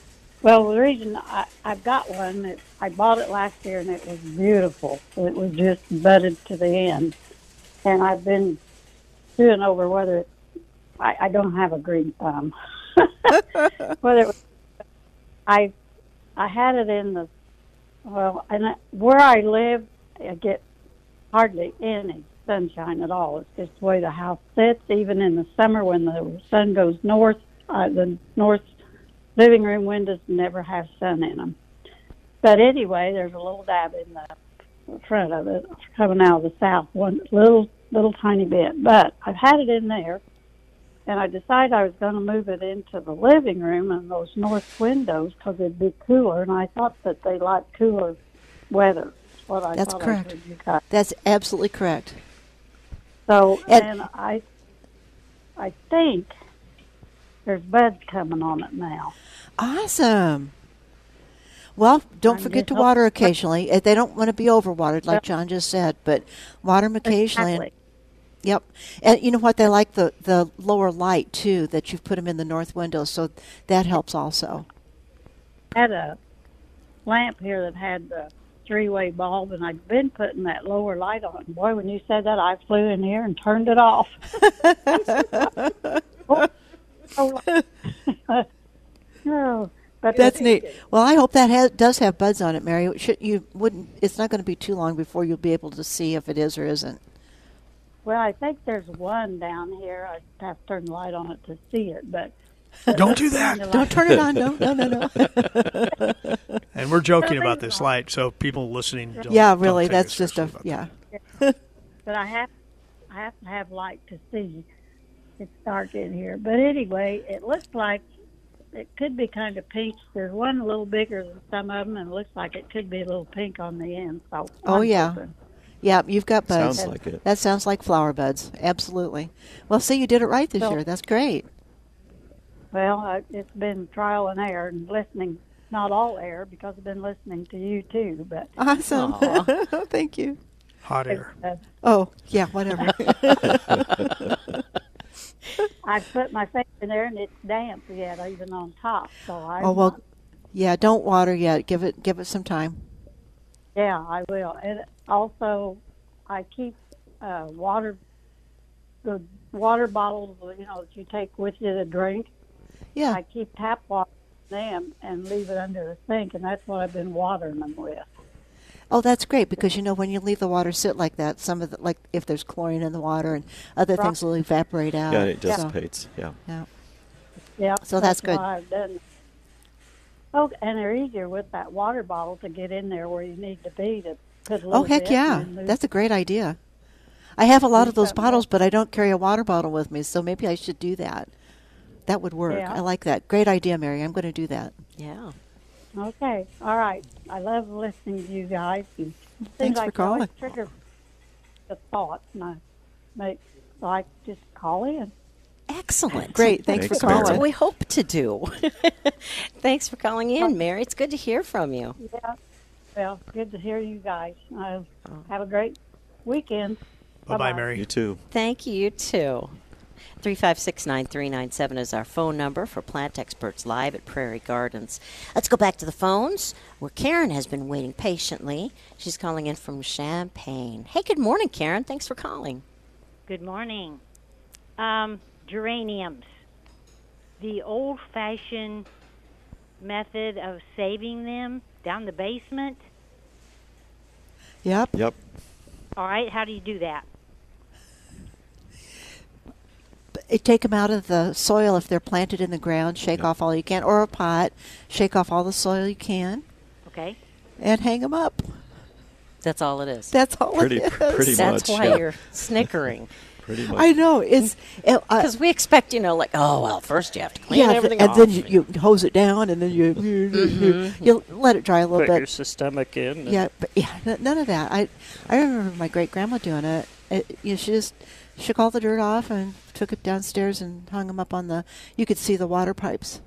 Speaker 5: Well, the reason I, I've got one, it, I bought it last year and it was beautiful. It was just budded to the end. And I've been doing over whether it, I, I don't have a green thumb. whether it was, I, I had it in the, well, and I, where I live, I get hardly any sunshine at all. It's just the way the house sits. Even in the summer, when the sun goes north, uh, the north living room windows never have sun in them. But anyway, there's a little dab in the front of it coming out of the south, one little little tiny bit. But I've had it in there, and I decided I was going to move it into the living room and those north windows because it'd be cooler. And I thought that they like cooler weather. is What I
Speaker 2: That's
Speaker 5: thought I
Speaker 2: correct.
Speaker 5: heard you guys.
Speaker 2: That's absolutely correct.
Speaker 5: So
Speaker 2: And-
Speaker 5: and, I, I think there's buds coming on it now.
Speaker 2: Awesome. oh, Well, don't
Speaker 5: I'm
Speaker 2: forget
Speaker 5: just
Speaker 2: to
Speaker 5: hoping-
Speaker 2: water occasionally. Uh, They don't want to be overwatered, like John just said, but water them occasionally. and-
Speaker 5: Exactly.
Speaker 2: Yep. And you know what? They like the, the lower light, too, that you've put them in the north window, so that helps also.
Speaker 5: I had a lamp here that had the three-way bulb, and I'd been putting that lower light on. Boy, when you said that, I flew in here and turned it off. no, but
Speaker 2: That's neat. Well, I hope that ha- does have buds on it, Mary. It Should, you wouldn't. It's not going to be too long before you'll be able to see if it is or isn't.
Speaker 5: Well, I think there's one down here. I have to turn the light on it to see it, but
Speaker 4: Don't do that.
Speaker 2: Ah, Don't turn it on. No, no, no, no.
Speaker 4: And we're joking about this light, so people listening. Don't,
Speaker 2: yeah,
Speaker 4: don't
Speaker 2: really.
Speaker 4: take
Speaker 2: That's
Speaker 4: us
Speaker 2: just a
Speaker 4: seriously
Speaker 2: yeah.
Speaker 4: about
Speaker 5: but I have I have to have light to see. It's dark in here, but anyway, it looks like it could be kind of pink. There's one a little bigger than some of them, and it looks like it could be a little pink on the end. So
Speaker 2: Oh,
Speaker 5: I'm
Speaker 2: yeah.
Speaker 5: hoping.
Speaker 2: Yeah, you've got buds.
Speaker 3: Sounds like it.
Speaker 2: That sounds like flower buds. Absolutely. Well, see, you did it right this
Speaker 5: Well-
Speaker 2: year. That's great.
Speaker 5: Well, I, it's been trial and error and listening. Not all error because I've been listening to you too, but
Speaker 2: Awesome.
Speaker 1: Aw.
Speaker 2: Thank you.
Speaker 4: that. Hot air.
Speaker 5: uh,
Speaker 2: Oh, yeah, whatever.
Speaker 5: I put my finger in there and it's damp yet, even on top. So I
Speaker 2: oh well. Yeah, don't water yet. Give it give it some time.
Speaker 5: Yeah, I will. And also, I keep uh, water, the water bottles, you know, that you take with you to drink.
Speaker 2: Yeah.
Speaker 5: I keep tap water in them and leave it under the sink, and that's what I've been watering them with.
Speaker 2: Oh, that's great because you know when you leave the water sit like that, some of the like if there's chlorine in the water and other
Speaker 5: Right.
Speaker 2: things will evaporate out.
Speaker 3: Yeah, it
Speaker 2: So,
Speaker 3: dissipates. Yeah.
Speaker 2: yeah.
Speaker 5: Yeah,
Speaker 2: So that's good.
Speaker 5: why I've done. That. Oh, and they're easier with that water bottle to get in there where you need to be to put a little
Speaker 2: Oh heck
Speaker 5: bit
Speaker 2: yeah,
Speaker 5: and move-
Speaker 2: that's a great idea. I have a lot of
Speaker 5: Move
Speaker 2: those
Speaker 5: something
Speaker 2: bottles, but I don't carry a water bottle with me, so maybe I should do that. That would work.
Speaker 5: Yeah.
Speaker 2: I like that. Great idea, Mary. I'm going to do that.
Speaker 1: Yeah.
Speaker 5: Okay, all right. I love listening to you guys. And seems
Speaker 2: Thanks for
Speaker 5: like you always
Speaker 2: calling.
Speaker 5: Trigger the thoughts, and I make so I just call in.
Speaker 1: Excellent.
Speaker 2: Great. Thanks,
Speaker 3: Thanks,
Speaker 2: for
Speaker 1: That's
Speaker 2: calling.
Speaker 1: what we hope to do. Thanks for calling in, Mary. It's good to hear from you.
Speaker 5: Yeah. Well, good to hear you guys. Uh,
Speaker 6: Oh.
Speaker 5: have a great weekend.
Speaker 4: Bye bye,
Speaker 5: Bye-bye.
Speaker 4: Mary.
Speaker 3: You too.
Speaker 1: Thank you, you too. 356-9397 is our phone number for Plant Experts Live at Prairie Gardens. Let's go back to the phones where Karen has been waiting patiently. She's calling in from Champagne. Hey, good morning, Karen. Thanks for calling.
Speaker 6: Good morning. Um, geraniums. The old fashioned method of saving them down the basement.
Speaker 2: Yep.
Speaker 3: Yep.
Speaker 6: All right, how do you do that?
Speaker 2: It- Take them out of the soil if they're planted in the ground. Shake off all you can, or a pot. Shake off all the soil you can,
Speaker 6: Okay.
Speaker 2: and hang them up.
Speaker 1: That's all it is.
Speaker 2: That's all.
Speaker 3: Pretty-
Speaker 2: it is.
Speaker 3: pretty
Speaker 1: That's
Speaker 3: much,
Speaker 1: why
Speaker 3: yeah.
Speaker 1: you're snickering.
Speaker 3: Pretty much.
Speaker 2: I know. It's it, I-
Speaker 1: Because we expect, you know, like, oh, well, first you have to clean
Speaker 2: Uh, yeah, th-
Speaker 1: everything
Speaker 2: and
Speaker 1: off.
Speaker 2: then you, you hose it down, and then you you, you,
Speaker 5: Mm-hmm.
Speaker 2: you let it dry a little
Speaker 7: Put your
Speaker 2: bit.
Speaker 7: systemic in. and-
Speaker 2: Yeah, but yeah, n- none of that. I I remember my great grandma doing it. it. You know, she just shook all the dirt off and took it downstairs and hung them up on the. You could see the water pipes,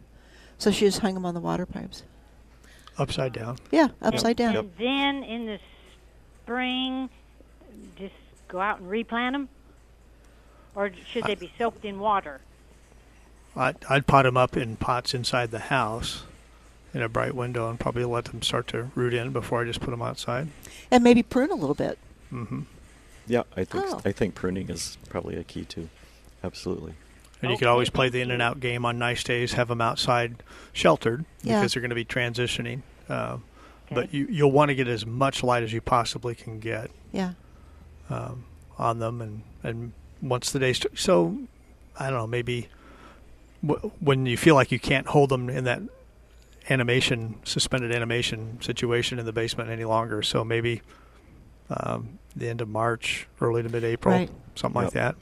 Speaker 2: so she just hung them on the water pipes.
Speaker 4: Upside down.
Speaker 2: Yeah, upside down.
Speaker 6: And then in the spring, just go out and replant them? Or should they be soaked in water?
Speaker 4: I'd, I'd pot them up in pots inside the house in a bright window and probably let them start to root in before I just put them outside.
Speaker 2: And maybe prune a little bit.
Speaker 3: Yeah, I think
Speaker 1: Oh.
Speaker 3: I think pruning is probably a key too. Absolutely.
Speaker 4: And you could
Speaker 6: Okay,
Speaker 4: always play
Speaker 6: thank
Speaker 4: the in and
Speaker 6: you.
Speaker 4: out game on nice days, have them outside sheltered
Speaker 2: Yeah.
Speaker 4: because they're going to be transitioning. Uh, But
Speaker 6: Okay.
Speaker 4: you, you'll want to get as much light as you possibly can get
Speaker 2: Yeah,
Speaker 4: on them. And, and once the day st- so I don't know, maybe w- when you feel like you can't hold them in that animation, suspended animation situation in the basement any longer. So maybe um, the end of March, early to mid April,
Speaker 2: Right.
Speaker 4: something like that.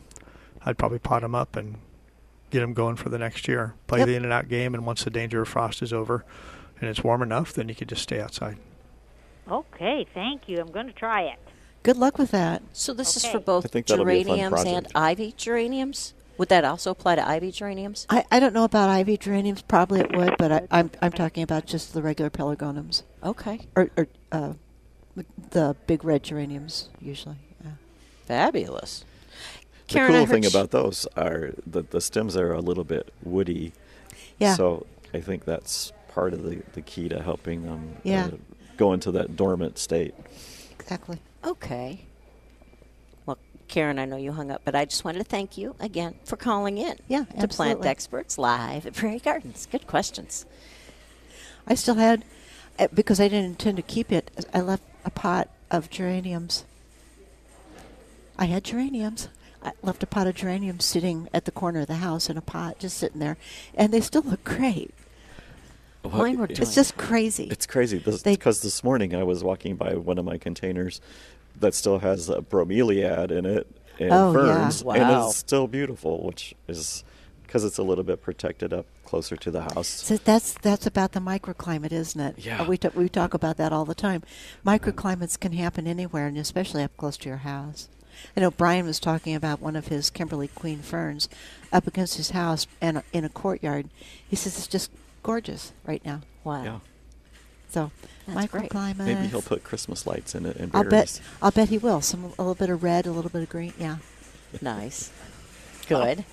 Speaker 4: I'd probably pot them up and get them going for the next year. Play
Speaker 2: Yep.
Speaker 4: the in and out game, and once the danger of frost is over and it's warm enough, then you could just stay outside.
Speaker 6: Okay, thank you. I'm going to try it.
Speaker 2: good luck with that.
Speaker 1: so this is
Speaker 6: Okay.
Speaker 1: for
Speaker 3: I
Speaker 1: both
Speaker 3: think that'll be a fun
Speaker 1: geraniums and
Speaker 3: project.
Speaker 1: ivy geraniums? Would that also apply to ivy geraniums?
Speaker 2: I, I don't know about ivy geraniums. Probably it would, but I, I'm I'm talking about just the regular pelargoniums
Speaker 1: Okay.
Speaker 2: or, or uh, the big red geraniums usually. Yeah.
Speaker 1: Fabulous.
Speaker 3: the
Speaker 1: I
Speaker 3: cool
Speaker 1: heard
Speaker 3: thing
Speaker 1: sh-
Speaker 3: about those are that the stems are a little bit woody.
Speaker 2: Yeah.
Speaker 3: So I think that's part of the, the key to helping them
Speaker 2: Yeah.
Speaker 3: go into that dormant state.
Speaker 2: Exactly.
Speaker 1: Okay. Well, Karen, I know you hung up, but I just wanted to thank you again for calling in.
Speaker 2: Yeah,
Speaker 1: to Plant
Speaker 2: absolutely.
Speaker 1: Experts live at Prairie Gardens. Good questions.
Speaker 2: I still had, uh, because I didn't intend to keep it, I left a pot of geraniums. I had geraniums. I left a pot of geraniums sitting at the corner of the house in a pot, just sitting there, and they still look great.
Speaker 3: Well,
Speaker 1: Mine were
Speaker 3: it-
Speaker 1: doing-
Speaker 2: It's just crazy.
Speaker 3: It's crazy
Speaker 2: They-
Speaker 3: because this morning I was walking by one of my containers that still has a bromeliad in it and
Speaker 2: Oh, yeah.
Speaker 3: ferns, and
Speaker 1: Wow.
Speaker 3: it's still beautiful, which is because it's a little bit protected up closer to the house.
Speaker 2: So that's that's about the microclimate, isn't it?
Speaker 3: Yeah.
Speaker 2: We ta- we talk about that all the time. Microclimates can happen anywhere, and especially up close to your house. I know Brian was talking about one of his Kimberly Queen ferns up against his house and in a courtyard. He says it's just gorgeous right now.
Speaker 1: Wow.
Speaker 3: Yeah,
Speaker 2: So
Speaker 1: That's great.
Speaker 2: microclimate.
Speaker 3: maybe he'll put Christmas lights in it and
Speaker 2: I'll
Speaker 3: berries.
Speaker 2: bet. I'll bet he will. Some a little bit of red, a little bit of green. Yeah.
Speaker 1: Nice. Good.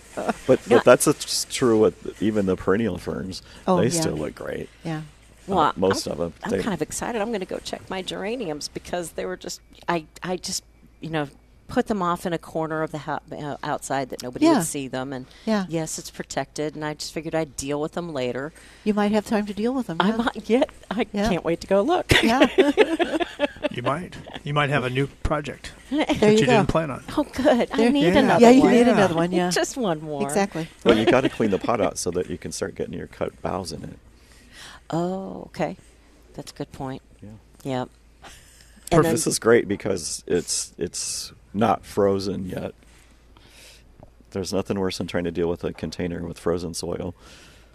Speaker 3: But,
Speaker 1: Yeah.
Speaker 3: but that's a, s- true with even the perennial ferns.
Speaker 2: Oh,
Speaker 3: they
Speaker 2: yeah.
Speaker 3: still look great.
Speaker 2: Yeah.
Speaker 1: Well,
Speaker 3: Uh, most
Speaker 1: I'm,
Speaker 3: of 'em,
Speaker 1: I'm
Speaker 3: they-
Speaker 1: kind of excited. I'm going to go check my geraniums because they were just I I just you know put them off in a corner of the house uh, outside that nobody
Speaker 2: Yeah.
Speaker 1: would see them and
Speaker 2: Yeah.
Speaker 1: yes it's protected and I just figured I'd deal with them later.
Speaker 2: You might have time to deal with them.
Speaker 1: I'm not yet. I
Speaker 2: Yeah.
Speaker 1: can't wait to go look.
Speaker 2: Yeah.
Speaker 4: You might. You might have a new project
Speaker 2: there
Speaker 4: that
Speaker 2: you
Speaker 4: you
Speaker 2: go.
Speaker 4: didn't plan on.
Speaker 1: Oh, good. I
Speaker 2: There-
Speaker 1: need
Speaker 4: yeah.
Speaker 1: another
Speaker 2: Yeah, you
Speaker 1: one.
Speaker 2: need another one. Yeah.
Speaker 1: Just one more.
Speaker 2: exactly.
Speaker 3: Well, you got to clean the pot out so that you can start getting your cut boughs in it.
Speaker 1: Oh, okay. That's a good point.
Speaker 3: Yeah.
Speaker 1: Yep.
Speaker 3: Perf-
Speaker 1: And then-
Speaker 3: this is great because it's it's not frozen yet. There's nothing worse than trying to deal with a container with frozen soil.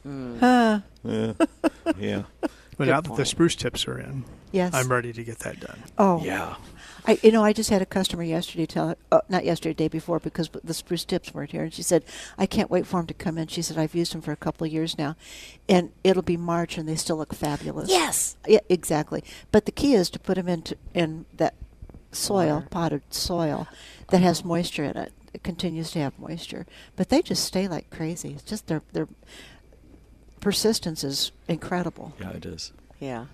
Speaker 1: Hmm.
Speaker 2: Huh.
Speaker 3: Yeah. yeah.
Speaker 4: But
Speaker 1: Good
Speaker 4: now that the
Speaker 1: point.
Speaker 4: spruce tips are in,
Speaker 2: Yes.
Speaker 4: I'm ready to get that done.
Speaker 2: Oh.
Speaker 3: Yeah.
Speaker 2: I, you know, I just had a customer yesterday tell, uh, not yesterday, day before, because the spruce tips weren't here, and she said, "I can't wait for them to come in." She said, "I've used them for a couple of years now, and it'll be March, and they still look fabulous."
Speaker 1: Yes.
Speaker 2: Yeah, exactly. But the key is to put them into in that soil,
Speaker 1: Water.
Speaker 2: potted soil, that has moisture in it. It continues to have moisture, but they just stay like crazy. It's just their their persistence is incredible.
Speaker 3: Yeah, it is.
Speaker 1: Yeah.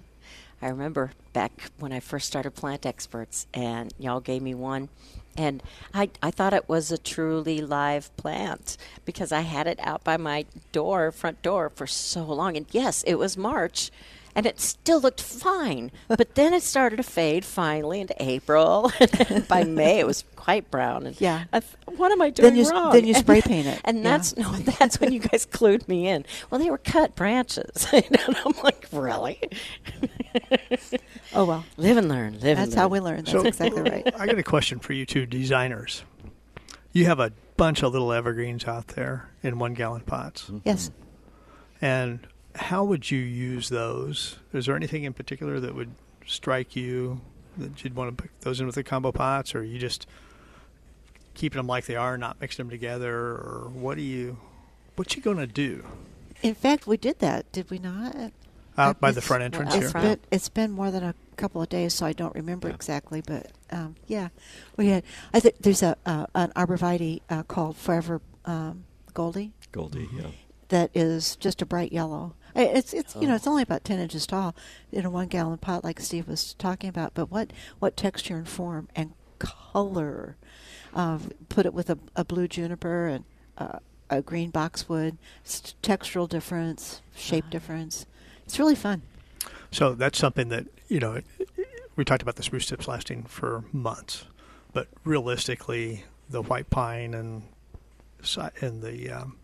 Speaker 1: I remember back when I first started Plant Experts, and y'all gave me one. And I, I thought it was a truly live plant because I had it out by my door, front door, for so long. And yes, it was March, and it still looked fine. But then it started to fade finally into April. and by May, it was quite brown. And
Speaker 2: Yeah.
Speaker 1: I th- what am I doing
Speaker 2: Then you s-
Speaker 1: wrong?
Speaker 2: then you
Speaker 1: And-
Speaker 2: spray paint it.
Speaker 1: And
Speaker 2: Yeah.
Speaker 1: that's no, that's when you guys clued me in. Well, they were cut branches, and I'm like, really?
Speaker 2: Oh well,
Speaker 1: Live and learn. Live.
Speaker 2: that's
Speaker 1: and
Speaker 2: how
Speaker 1: learn.
Speaker 2: we learn. That's exactly right.
Speaker 4: I got a question for you two designers. You have a bunch of little evergreens out there in one gallon pots.
Speaker 2: Yes.
Speaker 4: And how would you use those? Is there anything in particular that would strike you that you'd want to put those in with the combo pots, or you just keeping them like they are, not mixing them together, or what do you, what you gonna do
Speaker 2: In fact, we did that, did we not?
Speaker 4: out by
Speaker 2: It's-
Speaker 4: the front entrance
Speaker 1: out
Speaker 2: It's
Speaker 4: here?
Speaker 1: front.
Speaker 2: been, it's been more than a couple of days, so I don't remember exactly. But um, yeah, we had. I think there's a uh, an arborvitae uh, called Forever um, Goldie
Speaker 3: Goldie, yeah.
Speaker 2: that is just a bright yellow. I- It's it's you know it's only about ten inches tall in a one gallon pot like Steve was talking about. But what what texture and form and color? Um, put it with a, a blue juniper and uh, a green boxwood. It's textural difference, shape difference. It's really fun.
Speaker 4: So that's something that you know we talked about the spruce tips lasting for months, but realistically, the white pine and si- and the um,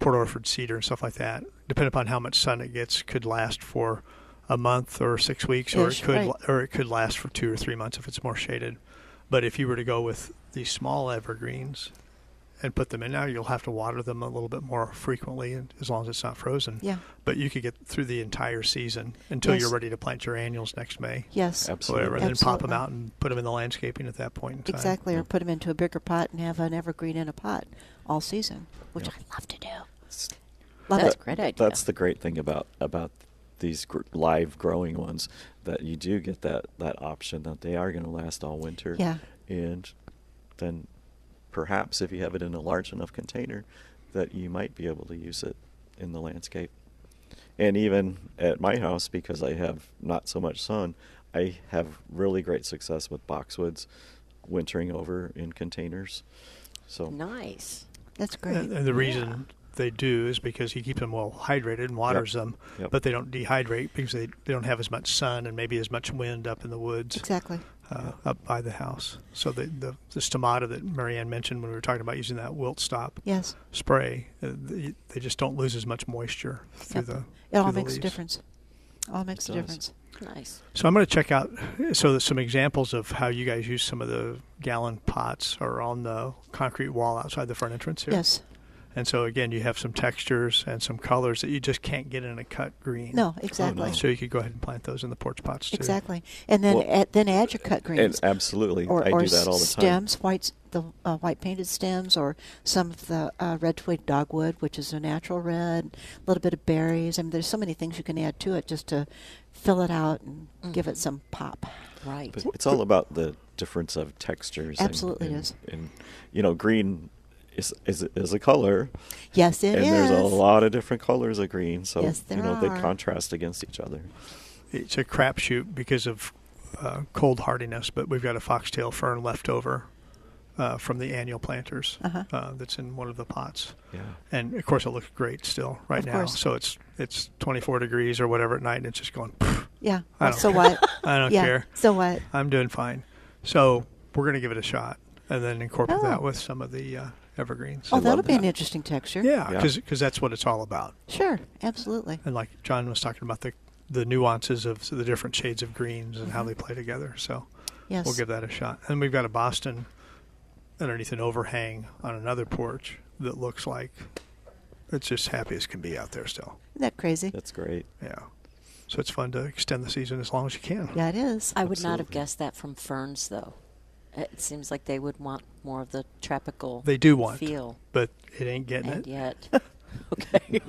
Speaker 4: Port Orford cedar and stuff like that, depending upon how much sun it gets, could last for a month or six weeks, or
Speaker 2: Ish,
Speaker 4: it could
Speaker 2: right.
Speaker 4: or it could last for two or three months if it's more shaded. But if you were to go with these small evergreens and put them in now, you'll have to water them a little bit more frequently, and as long as it's not frozen.
Speaker 2: Yeah.
Speaker 4: But you could get through the entire season until
Speaker 2: Yes.
Speaker 4: you're ready to plant your annuals next May,
Speaker 2: Yes.
Speaker 3: Absolutely.
Speaker 4: whatever, and then pop them
Speaker 2: Absolutely.
Speaker 4: out and put them in the landscaping at that point in time.
Speaker 2: Exactly, or put them into a bigger pot and have an evergreen in a pot all season, which
Speaker 3: Yep.
Speaker 2: I love to do.
Speaker 3: It's-
Speaker 2: Love
Speaker 1: That's
Speaker 2: it.
Speaker 1: a great idea.
Speaker 3: That's the great thing about about these gr- live growing ones that you do get that that option that they are going to last all winter.
Speaker 2: Yeah.
Speaker 3: And then perhaps if you have it in a large enough container that you might be able to use it in the landscape. And even at my house because I have not so much sun, I have really great success with boxwoods wintering over in containers. So
Speaker 1: nice.
Speaker 2: That's great.
Speaker 4: And, and the reason they do is because he keeps them well hydrated and waters them,
Speaker 3: Yep.
Speaker 4: but they don't dehydrate because they, they don't have as much sun and maybe as much wind up in the woods
Speaker 2: exactly.
Speaker 4: uh, up by the house. So the, the, the stomata that Marianne mentioned when we were talking about using that wilt stop
Speaker 2: Yes,
Speaker 4: spray, uh, they, they just don't lose as much moisture through
Speaker 2: Yep.
Speaker 4: the
Speaker 2: it all
Speaker 4: through the
Speaker 2: makes a
Speaker 4: leaves.
Speaker 2: difference. All makes a
Speaker 3: does.
Speaker 2: difference.
Speaker 1: Nice.
Speaker 4: So I'm going to check out so there's some examples of how you guys use some of the gallon pots are on the concrete wall outside the front entrance here.
Speaker 2: Yes.
Speaker 4: And so again, you have some textures and some colors that you just can't get in a cut green.
Speaker 2: No. Exactly.
Speaker 4: So you could go ahead and plant those in the porch pots too.
Speaker 2: Exactly. And then
Speaker 3: Well,
Speaker 2: add, then add your cut
Speaker 3: and
Speaker 2: greens
Speaker 3: absolutely,
Speaker 2: or,
Speaker 3: I
Speaker 2: or
Speaker 3: do that all the time.
Speaker 2: stems, white s- the uh, white painted stems, or some of the uh, red twig dogwood, which is a natural red. A little bit of berries. I mean, there's so many things you can add to it just to fill it out and give it some pop.
Speaker 1: Right.
Speaker 3: Mm-hmm. But it's all about the difference of textures.
Speaker 2: Absolutely
Speaker 3: and,
Speaker 2: it
Speaker 3: and-
Speaker 2: is.
Speaker 3: And you know, green is is, is a color,
Speaker 2: Yes, it
Speaker 3: and
Speaker 2: is.
Speaker 3: there's a lot of different colors of green. So
Speaker 2: Yes, there
Speaker 3: you know they
Speaker 2: are.
Speaker 3: contrast against each other.
Speaker 4: It's a crapshoot because of uh, cold hardiness, but we've got a foxtail fern left over uh, from the annual planters
Speaker 2: Uh-huh.
Speaker 4: uh, that's in one of the pots.
Speaker 3: Yeah.
Speaker 4: and of course it looks great still right
Speaker 2: Of
Speaker 4: now.
Speaker 2: course.
Speaker 4: So it's it's 24 degrees or whatever at night, and it's just going. "Pff,
Speaker 2: Yeah.
Speaker 4: I don't
Speaker 2: so
Speaker 4: care.
Speaker 2: what?
Speaker 4: I don't
Speaker 2: yeah.
Speaker 4: care.
Speaker 2: So what? Oh,
Speaker 4: I'm doing fine. So we're gonna give it a shot, and then incorporate
Speaker 2: Oh.
Speaker 4: that with some of the uh, evergreens.
Speaker 2: Oh,
Speaker 3: love
Speaker 2: that'll be an
Speaker 3: that.
Speaker 2: interesting texture.
Speaker 4: yeah,
Speaker 3: Yeah.
Speaker 4: because that's what it's all about.
Speaker 2: Sure. Absolutely.
Speaker 4: And like John was talking about the the nuances of the different shades of greens and how they play together. So
Speaker 2: Mm-hmm. Yes.
Speaker 4: we'll give that a shot. And we've got a Boston underneath an overhang on another porch that looks like it's just happy as can be out there still.
Speaker 2: Isn't that crazy?
Speaker 3: That's great.
Speaker 4: Yeah. So it's fun to extend the season as long as you can.
Speaker 2: yeah, it is.
Speaker 1: I would not have
Speaker 3: Absolutely.
Speaker 1: guessed that from ferns, though. It seems like they would want more of the tropical
Speaker 4: They do want,
Speaker 1: feel,
Speaker 4: but it ain't getting
Speaker 1: and
Speaker 4: it.
Speaker 1: yet, okay,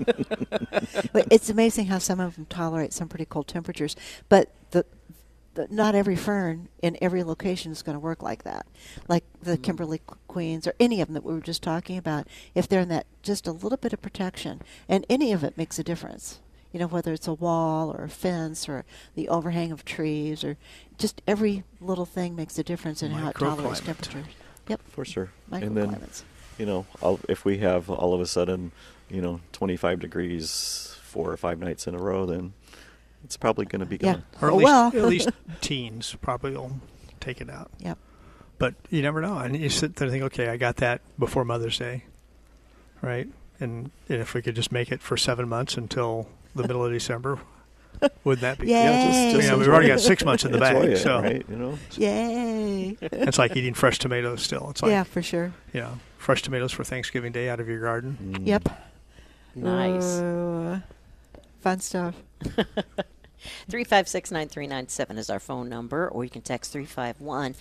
Speaker 2: But it's amazing how some of them tolerate some pretty cold temperatures, but the, the not every fern in every location is going to work like that. Like the
Speaker 3: Mm-hmm.
Speaker 2: Kimberly Q- Queens or any of them that we were just talking about, if they're in that just a little bit of protection, and any of it makes a difference. You know, whether it's a wall or a fence or the overhang of trees or just every little thing makes a difference in how it tolerates
Speaker 4: Microclimate.
Speaker 2: temperatures. Yep,
Speaker 3: for sure. And then
Speaker 2: microclimates.
Speaker 3: you know, all, if we have all of a sudden, you know, 25 degrees four or five nights in a row, then it's probably going to be
Speaker 2: Yeah.
Speaker 3: gone.
Speaker 4: Or at
Speaker 2: Oh,
Speaker 4: least,
Speaker 2: well.
Speaker 4: at least teens probably will take it out.
Speaker 2: Yep.
Speaker 4: But you never know. And you sit there and think, okay, I got that before Mother's Day, right? And, and if we could just make it for seven months until the middle of December, would that be?
Speaker 2: Yay.
Speaker 3: Yeah, just-
Speaker 4: You know, we've already got six months in the
Speaker 3: Enjoy
Speaker 4: bag,
Speaker 3: it,
Speaker 4: so
Speaker 3: right? You know,
Speaker 2: Yay!
Speaker 4: it's like eating fresh tomatoes. Still, it's like
Speaker 2: yeah, for sure.
Speaker 4: you know, fresh tomatoes for Thanksgiving Day out of your garden.
Speaker 2: Yep.
Speaker 1: nice.
Speaker 2: Uh, fun stuff.
Speaker 1: Three five six nine three nine seven is our phone number, or you can text 351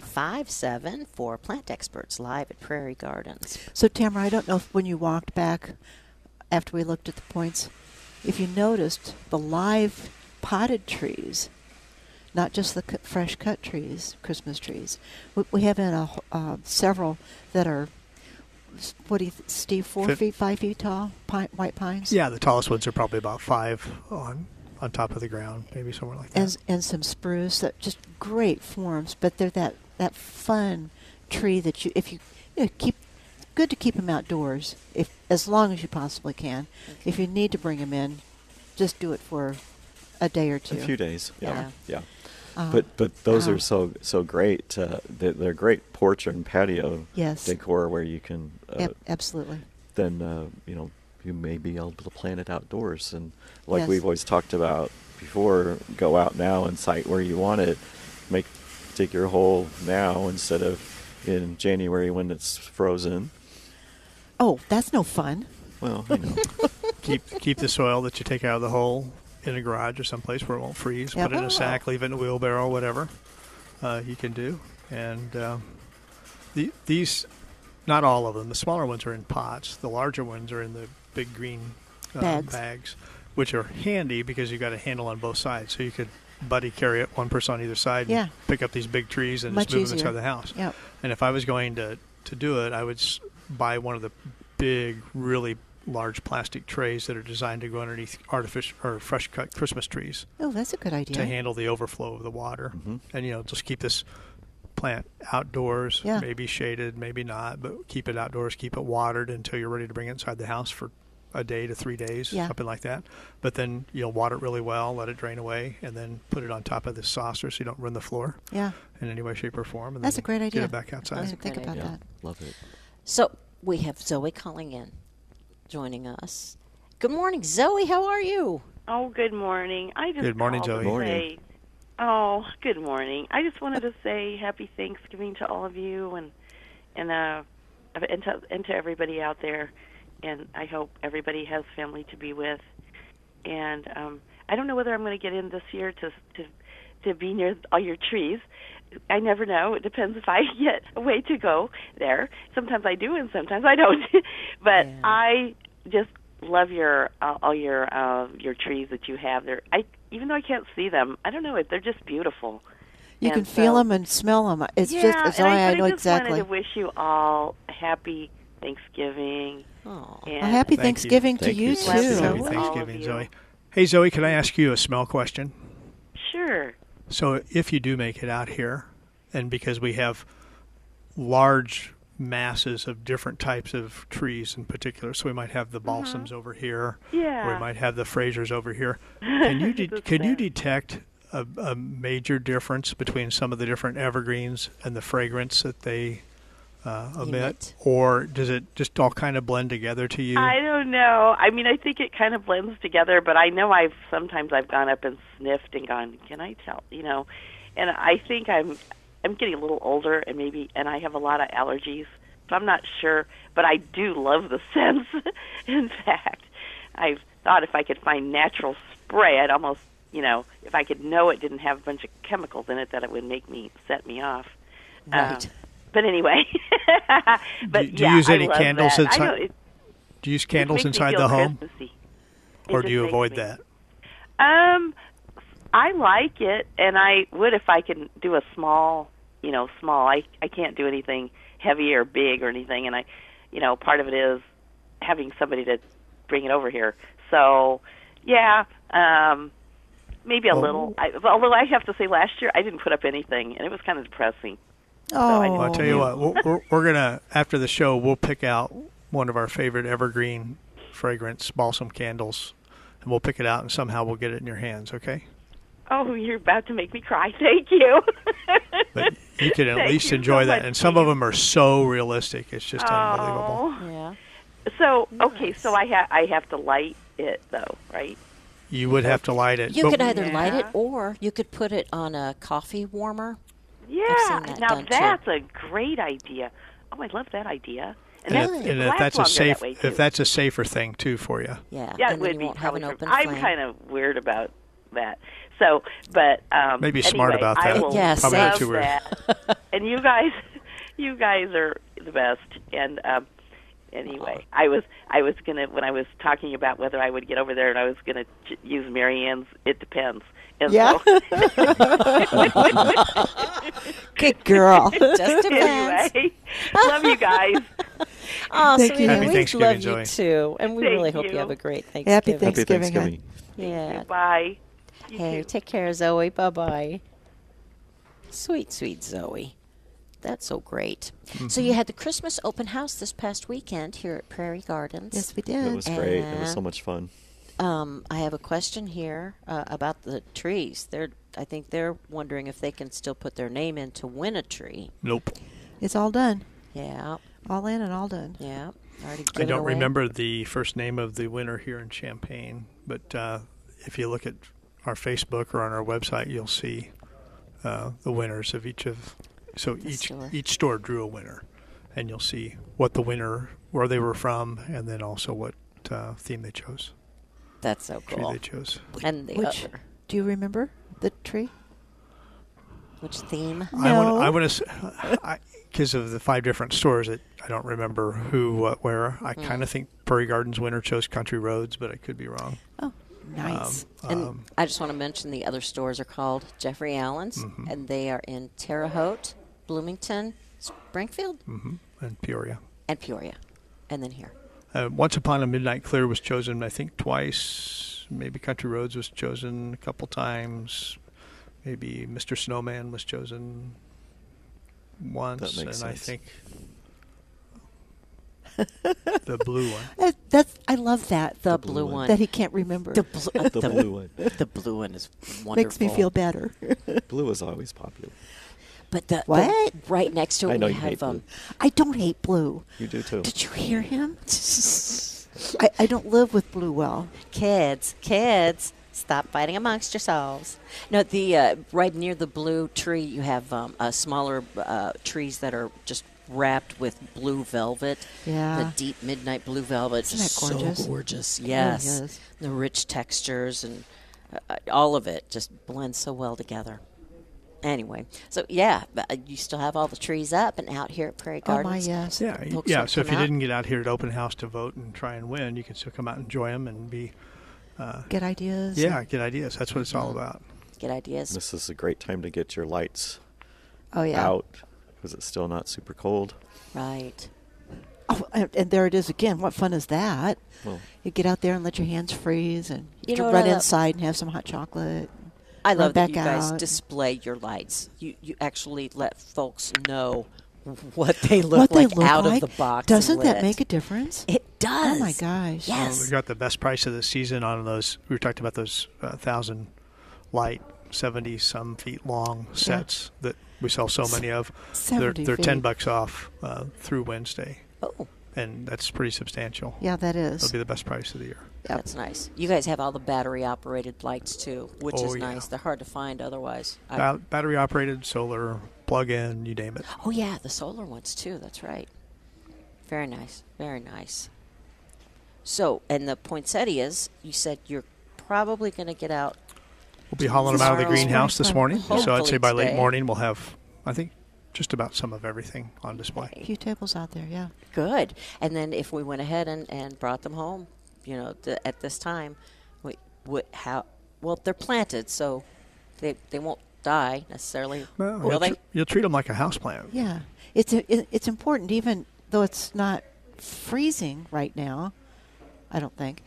Speaker 1: 5357 for Plant Experts live at Prairie Gardens.
Speaker 2: So, Tamara, I don't know if when you walked back after we looked at the points, if you noticed the live potted trees, not just the cut, fresh cut trees, Christmas trees. We, we have in a, wh- uh, several that are, s- what do you, th- Steve, four
Speaker 4: Fif-
Speaker 2: feet, five feet tall, pine, white pines?
Speaker 4: Yeah, the tallest ones are probably about five on on top of the ground, maybe somewhere like that.
Speaker 2: and and some spruce that just great forms but they're that that fun tree that you if you, you know, keep good to keep them outdoors if as long as you possibly can if you need to bring them in just do it for a day or two
Speaker 3: a few days. Yeah, yeah.
Speaker 2: Uh,
Speaker 3: But but those
Speaker 2: uh,
Speaker 3: are so so great. Uh, they're, they're great porch and patio
Speaker 2: Yes.
Speaker 3: decor where you can uh,
Speaker 2: ab- absolutely
Speaker 3: then uh, you know you may be able to plant it outdoors and like
Speaker 2: Yes.
Speaker 3: we've always talked about before go out now and site where you want it make dig your hole now instead of in january when it's frozen
Speaker 2: oh that's no fun
Speaker 3: well you know
Speaker 4: keep keep the soil that you take out of the hole in a garage or someplace where it won't freeze.
Speaker 2: Yeah.
Speaker 4: Put it in a sack, leave it in a wheelbarrow, whatever uh, you can do. And um, the, these, not all of them. The smaller ones are in pots. The larger ones are in the big green uh,
Speaker 2: Bags.
Speaker 4: which are handy because you've got a handle on both sides, so you could buddy carry it one person on either side.
Speaker 2: Yeah.
Speaker 4: and pick up these big trees and
Speaker 2: Much
Speaker 4: just move them
Speaker 2: easier.
Speaker 4: inside the house.
Speaker 2: yep
Speaker 4: And if I was going to, to do it, I would s- buy one of the big, really large plastic trays that are designed to go underneath artificial or fresh cut Christmas trees
Speaker 2: oh that's a good
Speaker 4: to
Speaker 2: idea
Speaker 4: handle the overflow of the water.
Speaker 3: Mhm.
Speaker 4: And, you know, just keep this plant outdoors,
Speaker 2: Yeah.
Speaker 4: maybe shaded, maybe not, but keep it outdoors, keep it watered until you're ready to bring it inside the house for a day to three days,
Speaker 2: Yeah.
Speaker 4: something like that. But then you'll water it really well, let it drain away, and then put it on top of this saucer so you don't ruin the floor
Speaker 2: yeah
Speaker 4: in any way, shape, or form. And
Speaker 2: that's a
Speaker 4: then
Speaker 2: great idea
Speaker 4: Get it back
Speaker 2: i
Speaker 4: outside.
Speaker 2: didn't think
Speaker 1: Great
Speaker 2: about
Speaker 3: yeah
Speaker 2: that
Speaker 3: love it
Speaker 1: So we have Zoe calling in, joining us. Good morning, Zoe. How are you?
Speaker 7: Oh, good morning. I just
Speaker 4: Good morning,
Speaker 7: called
Speaker 4: Joey.
Speaker 7: to
Speaker 3: Morning.
Speaker 7: say- oh, good morning. I just wanted to say happy Thanksgiving to all of you and and uh and to, and to everybody out there. And I hope everybody has family to be with. And um I don't know whether I'm going to get in this year to to to be near all your trees. I never know. It depends if I get a way to go there. Sometimes I do, and sometimes I don't. but
Speaker 1: Yeah.
Speaker 7: I just love your uh, all your uh, your trees that you have there. I even though I can't see them, I don't know. They're just beautiful.
Speaker 2: you
Speaker 7: And
Speaker 2: can feel
Speaker 7: so-
Speaker 2: them and smell them it's
Speaker 7: yeah,
Speaker 2: just it's
Speaker 7: and
Speaker 2: all
Speaker 7: I,
Speaker 2: i,
Speaker 7: but
Speaker 2: know
Speaker 7: I just
Speaker 2: exactly
Speaker 7: wanted to wish you all a happy Thanksgiving.
Speaker 1: Oh,
Speaker 7: And
Speaker 2: a happy
Speaker 4: Thank you.
Speaker 2: thanksgiving to
Speaker 3: Thank
Speaker 2: you,
Speaker 3: you,
Speaker 2: too
Speaker 3: Thank you.
Speaker 4: Happy
Speaker 7: All of
Speaker 4: Thanksgiving,
Speaker 7: you.
Speaker 4: Zoe. Hey, Zoe, can I ask you a smell question?
Speaker 7: Sure.
Speaker 4: So, if you do make it out here, and because we have large masses of different types of trees in particular, so we might have the balsams over here, or
Speaker 7: Mm-hmm. Yeah.
Speaker 4: we might have the frasers over here. Can you de-
Speaker 7: That's
Speaker 4: can you
Speaker 7: fair.
Speaker 4: detect a, a major difference between some of the different evergreens and the fragrance that they uh, emit,
Speaker 1: Emit.
Speaker 4: or does it just all kind of blend together to you?
Speaker 7: I don't know. I mean, I think it kind of blends together, but I know I've sometimes I've gone up and sniffed and gone, "Can I tell?" You know, and I think I'm I'm getting a little older and maybe and I have a lot of allergies, so I'm not sure, but I do love the scents. In fact, I've thought if I could find natural spray, I'd almost, you know, if I could know it didn't have a bunch of chemicals in it that it would make me set me off. Um,
Speaker 2: Right.
Speaker 7: but anyway, but
Speaker 4: Do you- do you
Speaker 7: yeah,
Speaker 4: use
Speaker 7: I
Speaker 4: any
Speaker 7: love
Speaker 4: candles
Speaker 7: that. I
Speaker 4: inside-
Speaker 7: know, it-
Speaker 4: Do you use
Speaker 7: it
Speaker 4: candles
Speaker 7: makes me
Speaker 4: inside
Speaker 7: feel
Speaker 4: the home,
Speaker 7: Christmassy. It
Speaker 4: or
Speaker 7: just
Speaker 4: do you
Speaker 7: makes
Speaker 4: avoid
Speaker 7: me-
Speaker 4: that?
Speaker 7: Um, I like it, and I would if I could do a small, you know, small. I I can't do anything heavy or big or anything, and I, you know, part of it is having somebody to bring it over here. So, yeah, um, maybe a
Speaker 4: Well-
Speaker 7: little. I, although I have to say, last year I didn't put up anything, and it was kind of depressing. I
Speaker 2: Oh,
Speaker 7: just-
Speaker 4: Well, I'll tell you what, we're, we're, we're gonna after the show, we'll pick out one of our favorite evergreen fragrance balsam candles, and we'll pick it out, and somehow we'll get it in your hands. Okay,
Speaker 7: Oh, you're about to make me cry. Thank you.
Speaker 4: but you can at
Speaker 7: Thank
Speaker 4: least
Speaker 7: you
Speaker 4: enjoy
Speaker 7: so
Speaker 4: that.
Speaker 7: much,
Speaker 4: And some of them are so realistic; it's just unbelievable.
Speaker 7: Oh.
Speaker 1: Yeah.
Speaker 7: So okay, so I have I have to light it though, right?
Speaker 4: You would have to light it.
Speaker 1: You
Speaker 4: but
Speaker 1: could either light it
Speaker 7: Yeah.
Speaker 1: or you could put it on a coffee warmer.
Speaker 7: Yeah.
Speaker 1: seen that
Speaker 7: now
Speaker 1: done, too.
Speaker 7: that's a great idea. Oh, I love that idea. And,
Speaker 4: and
Speaker 7: that's,
Speaker 4: if,
Speaker 7: it
Speaker 4: and if
Speaker 7: lasts
Speaker 4: that's a
Speaker 7: longer
Speaker 4: safe,
Speaker 7: that way, too.
Speaker 4: if that's a safer thing too for you.
Speaker 1: Yeah. and
Speaker 7: yeah, it
Speaker 1: then
Speaker 7: would
Speaker 1: you
Speaker 7: be
Speaker 1: won't have an
Speaker 7: probably for-
Speaker 1: open
Speaker 7: I'm
Speaker 1: flame.
Speaker 7: kind of weird about that. So, but um,
Speaker 4: Maybe smart
Speaker 7: anyway,
Speaker 4: about
Speaker 7: I
Speaker 4: that.
Speaker 7: will
Speaker 1: Yeah,
Speaker 4: Probably not
Speaker 7: love
Speaker 4: too weird.
Speaker 7: that. and you guys, you guys are the best. And um, anyway, I was I was gonna when I was talking about whether I would get over there, and I was gonna j- use Marianne's. It depends. And
Speaker 2: Yeah.
Speaker 7: So,
Speaker 2: good girl.
Speaker 1: Just depends.
Speaker 7: anyway, love you guys.
Speaker 1: Oh,
Speaker 2: Thank you.
Speaker 1: sweetie,
Speaker 2: Happy
Speaker 1: we
Speaker 4: Thanksgiving,
Speaker 1: love
Speaker 4: Joey.
Speaker 1: you too, and we
Speaker 7: Thank
Speaker 1: really hope you
Speaker 7: you.
Speaker 1: have a great Thanksgiving.
Speaker 2: Happy
Speaker 3: Happy
Speaker 2: Thanksgiving,
Speaker 3: Thanksgiving.
Speaker 1: Yeah.
Speaker 7: Bye. You
Speaker 1: Hey,
Speaker 7: too.
Speaker 1: take care, Zoe. Bye bye. Sweet, sweet Zoe. That's so great. So you had the Christmas open house this past weekend here at Prairie Gardens.
Speaker 2: yes, we
Speaker 3: It
Speaker 2: did.
Speaker 3: was great. It was so much fun.
Speaker 1: Um, I have a question here uh, about the trees. They're, I think they're wondering if they can still put their name in to win a tree.
Speaker 4: Nope.
Speaker 2: it's all done,
Speaker 1: Yeah,
Speaker 2: all in and all done.
Speaker 1: yeah. Already
Speaker 4: I
Speaker 1: given
Speaker 4: don't
Speaker 1: away.
Speaker 4: remember the first name of the winner here in Champaign, but uh, if you look at our Facebook or on our website, you'll see uh, the winners of each of. So each
Speaker 1: store.
Speaker 4: each store drew a winner, and you'll see what the winner, where they were from, and then also what uh, theme they chose,
Speaker 1: That's so
Speaker 4: tree
Speaker 1: cool.
Speaker 4: they chose.
Speaker 1: And the
Speaker 2: Which
Speaker 1: other,
Speaker 2: do you remember the tree?
Speaker 1: which theme?
Speaker 2: No.
Speaker 4: I want to, I because of the five different stores, it, I don't remember who, what, where.
Speaker 1: Hmm.
Speaker 4: I kind of think Prairie Gardens winner chose Country Roads, but I could be wrong. Um,
Speaker 2: Oh, nice.
Speaker 1: And I just want to mention the other stores are called Jeffrey Allen's, and they are in Terre Haute, Bloomington, Springfield,
Speaker 4: And Peoria.
Speaker 1: and Peoria, and then here.
Speaker 4: Uh, Once Upon a Midnight Clear was chosen, I think, twice. Maybe Country Roads was chosen a couple times. Maybe Mr. Snowman was chosen once.
Speaker 3: That makes
Speaker 4: and I
Speaker 3: sense.
Speaker 4: think um, the blue one.
Speaker 2: That, that's I love that
Speaker 1: The,
Speaker 2: the,
Speaker 1: blue,
Speaker 3: blue
Speaker 1: one.
Speaker 2: that he can't remember.
Speaker 1: the, bl-
Speaker 3: The blue one.
Speaker 1: the blue one is wonderful.
Speaker 2: Makes me feel better.
Speaker 3: Blue is always popular.
Speaker 1: But the, the-
Speaker 2: What?
Speaker 1: right next to it,
Speaker 3: I know
Speaker 1: we
Speaker 3: you
Speaker 1: have
Speaker 3: hate
Speaker 1: um,
Speaker 2: I don't hate blue.
Speaker 3: You do too.
Speaker 2: Did you hear him? I, I don't live with blue well.
Speaker 1: kids. Kids, stop fighting amongst yourselves. No, the uh, right near the blue tree, you have um, uh, smaller uh, trees that are just wrapped with blue velvet.
Speaker 2: Yeah.
Speaker 1: the deep midnight blue velvet.
Speaker 2: Isn't
Speaker 1: just
Speaker 2: that gorgeous?
Speaker 1: so gorgeous. Yes,
Speaker 2: is.
Speaker 1: the rich textures and uh, uh, all of it just blends so well together. Anyway, so yeah, but, uh, you still have all the trees up and out here at Prairie
Speaker 2: Oh
Speaker 1: Gardens.
Speaker 2: my yes.
Speaker 4: Yeah, y-
Speaker 1: folks
Speaker 4: yeah.
Speaker 1: that
Speaker 4: So if
Speaker 1: come
Speaker 4: you
Speaker 1: out.
Speaker 4: didn't get out here at open house to vote and try and win, you can still come out and enjoy them and be
Speaker 2: Get ideas.
Speaker 4: yeah, get ideas. That's what it's
Speaker 1: Mm-hmm.
Speaker 4: all about.
Speaker 1: Good ideas.
Speaker 3: This is a great time to get your lights
Speaker 2: Oh yeah.
Speaker 3: out because it's still not super cold.
Speaker 1: Right.
Speaker 2: Oh, and, and there it is again. What fun is that?
Speaker 3: Well,
Speaker 2: You get out there and let your hands freeze, and
Speaker 1: You
Speaker 2: you,
Speaker 1: know what
Speaker 2: run
Speaker 1: I love?
Speaker 2: inside and have some hot chocolate.
Speaker 1: I
Speaker 2: Run
Speaker 1: love that
Speaker 2: back
Speaker 1: you guys
Speaker 2: out.
Speaker 1: display your lights. You you actually let folks know what they look
Speaker 2: what
Speaker 1: like
Speaker 2: they look
Speaker 1: out
Speaker 2: like.
Speaker 1: of the box. and
Speaker 2: Doesn't that
Speaker 1: lit.
Speaker 2: make a difference?
Speaker 1: It does.
Speaker 2: Oh my gosh.
Speaker 1: Yeah.
Speaker 4: We
Speaker 1: Yes.
Speaker 4: got the best price of the season on those. We were talking about those uh, thousand light, seventy some feet long sets that we sell so many of. They're
Speaker 2: 70
Speaker 4: they're ten
Speaker 2: feet.
Speaker 4: bucks off uh, through Wednesday,
Speaker 1: Oh,
Speaker 4: and that's pretty substantial.
Speaker 2: Yeah, that
Speaker 4: It'll
Speaker 2: is.
Speaker 4: be the best price of the year.
Speaker 2: Yep.
Speaker 1: that's nice. You guys have all the battery operated lights too, which
Speaker 4: Oh,
Speaker 1: is
Speaker 4: yeah.
Speaker 1: nice. They're hard to find otherwise. I-
Speaker 4: Ba- battery operated, solar, plug in, you name it.
Speaker 1: oh yeah, the solar ones too. That's right. Very nice. Very nice. So, and the poinsettias, you said you're probably going to get out.
Speaker 4: We'll be hauling them out of the
Speaker 1: Tomorrow.
Speaker 4: greenhouse this morning. So I'd
Speaker 1: Hopefully
Speaker 4: say by late
Speaker 1: today.
Speaker 4: morning we'll have. I think just about some of everything on display.
Speaker 2: A few tables out there, yeah.
Speaker 1: Good. And then if we went ahead and, and brought them home, you know, th- at this time, we would how well they're planted, so they they won't die necessarily.
Speaker 4: Well,
Speaker 1: will
Speaker 4: you'll,
Speaker 1: they?
Speaker 4: tr- you'll treat them like a house plant.
Speaker 2: Yeah, it's uh, it, it's important, even though it's not freezing right now. I don't think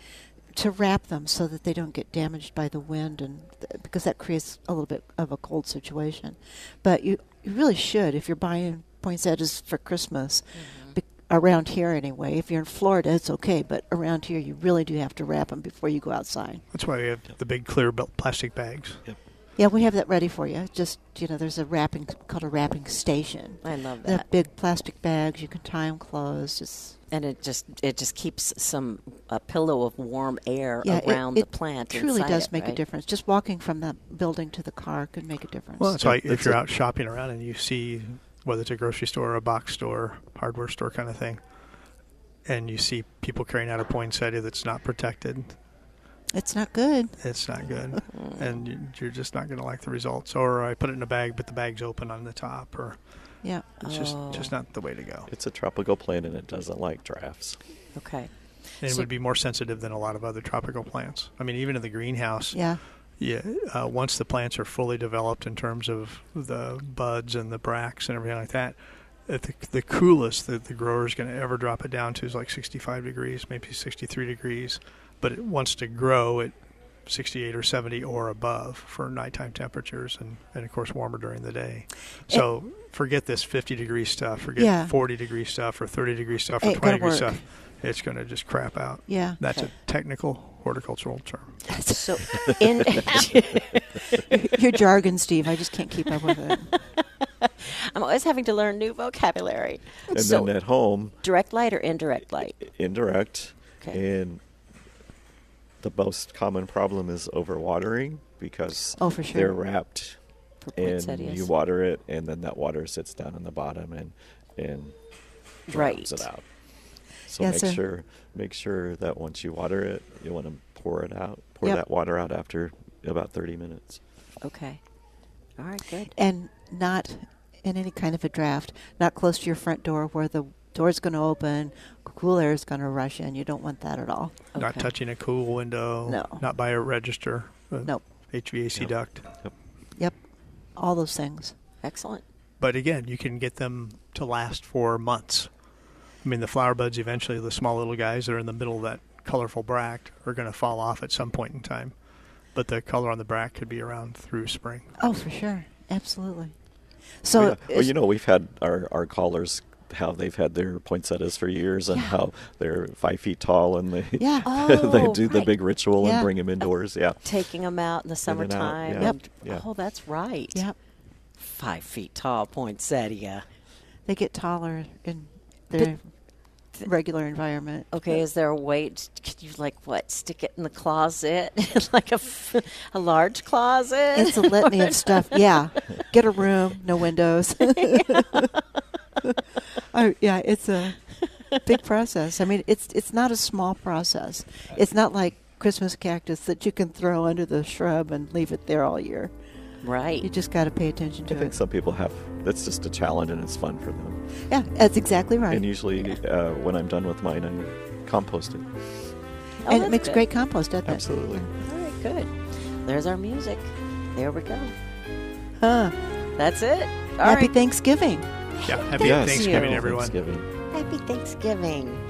Speaker 2: to wrap them so that they don't get damaged by the wind and th- because that creates a little bit of a cold situation. But you you really should if you're buying poinsettias for Christmas.
Speaker 1: Mm-hmm.
Speaker 2: Be- around here anyway if you're in florida it's okay but around here you really do have to wrap them before you go outside
Speaker 4: That's why we have the big clear bel- plastic bags.
Speaker 2: yeah we have that ready for you just you know there's a wrapping called a wrapping station
Speaker 1: I love
Speaker 2: They're
Speaker 1: that.
Speaker 2: big plastic bags. You can tie them closed. It's
Speaker 1: And it just it just keeps some a pillow of warm air
Speaker 2: yeah, it-
Speaker 1: around
Speaker 2: it,
Speaker 1: the plant.
Speaker 2: Truly
Speaker 1: inside
Speaker 2: does
Speaker 1: it,
Speaker 2: make a
Speaker 1: right?
Speaker 2: difference. Just walking from the building to the car could make a difference.
Speaker 4: Well, that's
Speaker 3: Yeah,
Speaker 4: why if
Speaker 3: that's
Speaker 4: you're
Speaker 3: it.
Speaker 4: out shopping around and you see whether it's a grocery store, a box store, hardware store kind of thing, and you see people carrying out a poinsettia that's not protected,
Speaker 2: it's not good.
Speaker 4: it's not good, and you- you're just not going to like the results. Or I put it in a bag, but the bag's open on the top, or
Speaker 2: Yeah.
Speaker 4: it's
Speaker 1: Oh.
Speaker 4: just just not the way to go.
Speaker 3: It's a tropical plant and it doesn't like drafts.
Speaker 1: Okay.
Speaker 4: And it
Speaker 1: So-
Speaker 4: would be more sensitive than a lot of other tropical plants. I mean, even in the greenhouse,
Speaker 2: Yeah.
Speaker 4: Yeah, uh, once the plants are fully developed in terms of the buds and the bracts and everything like that, at the, the coolest that the grower's going to ever drop it down to is like 65 degrees, maybe 63 degrees. But it wants to grow at 68 or 70 or above for nighttime temperatures and, and of course, warmer during the day. So forget this 50 degree stuff, forget
Speaker 2: Eh Yeah.
Speaker 4: 40 degree stuff or 30 degree stuff or
Speaker 2: Ain't
Speaker 4: 20
Speaker 2: gonna
Speaker 4: degree
Speaker 2: work.
Speaker 4: stuff. It's going to just crap out.
Speaker 2: Yeah.
Speaker 4: That's a technical horticultural term.
Speaker 1: So in
Speaker 2: Your jargon, Steve. I just can't keep up with it.
Speaker 1: I'm always having to learn new vocabulary.
Speaker 3: And
Speaker 1: so
Speaker 3: then at home,
Speaker 1: direct light or indirect light?
Speaker 3: indirect.
Speaker 1: Okay.
Speaker 3: And the most common problem is overwatering because
Speaker 2: Oh, for sure.
Speaker 3: they're wrapped
Speaker 1: For
Speaker 3: and
Speaker 1: poinsettias.
Speaker 3: you water it and then that water sits down on the bottom and and
Speaker 1: right.
Speaker 3: drops it out. So
Speaker 2: Yeah,
Speaker 3: make
Speaker 2: so-
Speaker 3: sure make sure that once you water it, you want to pour it out, pour
Speaker 2: Yep.
Speaker 3: that water out after about 30 minutes.
Speaker 1: Okay. All right. Good.
Speaker 2: And not in any kind of a draft. Not close to your front door where the door's going to open, cool air is going to rush in. You don't want that at all.
Speaker 4: Not
Speaker 1: Okay.
Speaker 4: touching a cool window.
Speaker 2: No.
Speaker 4: Not by a register. a
Speaker 2: Nope.
Speaker 4: HVAC
Speaker 3: Yep.
Speaker 4: duct.
Speaker 3: Yep.
Speaker 2: Yep. All those things.
Speaker 1: Excellent.
Speaker 4: But again, you can get them to last for months. I mean, the flower buds eventually, the small little guys that are in the middle of that colorful bract, are going to fall off at some point in time. But the color on the bract could be around through spring.
Speaker 2: Oh, for sure. Absolutely. So,
Speaker 3: Yeah. well, you know, we've had our, our callers how they've had their poinsettias for years and
Speaker 2: Yeah.
Speaker 3: how they're five feet tall and they
Speaker 2: Yeah.
Speaker 3: they
Speaker 1: Oh,
Speaker 3: do the
Speaker 1: right.
Speaker 3: big ritual
Speaker 2: Yeah.
Speaker 3: and bring them indoors. Yeah,
Speaker 1: Taking them out in the
Speaker 3: In and out,
Speaker 1: summertime.
Speaker 3: yeah.
Speaker 1: and-
Speaker 3: Yep, yeah.
Speaker 1: Oh, that's right.
Speaker 2: yep.
Speaker 1: Five feet tall poinsettia.
Speaker 2: They get taller in their regular environment.
Speaker 1: Okay, is there a way? t- Could you like what? Stick it in the closet, like a, f- a large closet.
Speaker 2: It's a litany of stuff. Yeah. Get a room, no windows. oh, yeah, it's a big process. I mean, it's it's not a small process. It's not like Christmas cactus that you can throw under the shrub and leave it there all year.
Speaker 1: right.
Speaker 2: You just got to pay attention
Speaker 3: I
Speaker 2: to
Speaker 3: think
Speaker 2: it.
Speaker 3: some people have. That's just a challenge and it's fun for them.
Speaker 2: Yeah, that's exactly right.
Speaker 3: And usually, uh, when I'm done with mine, I compost it.
Speaker 1: Oh,
Speaker 2: and it
Speaker 1: that's
Speaker 2: makes
Speaker 1: good.
Speaker 2: great compost, doesn't it?
Speaker 3: Absolutely.
Speaker 1: All right, good. There's our music. There we go.
Speaker 2: Huh.
Speaker 1: That's it. All right.
Speaker 2: Happy Thanksgiving.
Speaker 4: Yeah. Happy
Speaker 3: Yes.
Speaker 4: Thanksgiving,
Speaker 1: you.
Speaker 4: everyone.
Speaker 3: Thanksgiving.
Speaker 1: Happy Thanksgiving.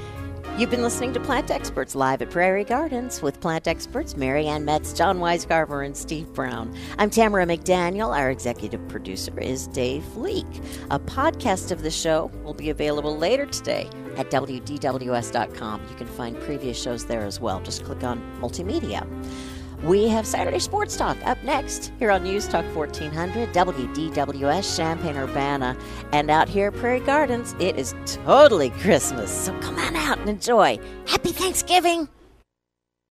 Speaker 1: You've been listening to Plant Experts live at Prairie Gardens with plant experts Mary Ann Metz, John Weisgarber, and Steve Brown. I'm Tamara McDaniel. Our executive producer is Dave Leake. A podcast of the show will be available later today at WDWS.com. You can find previous shows there as well. Just click on multimedia. We have Saturday Sports Talk up next here on News Talk 1400, WDWS, Champaign, Urbana. And out here at Prairie Gardens, it is totally Christmas. So come on out and enjoy. Happy Thanksgiving!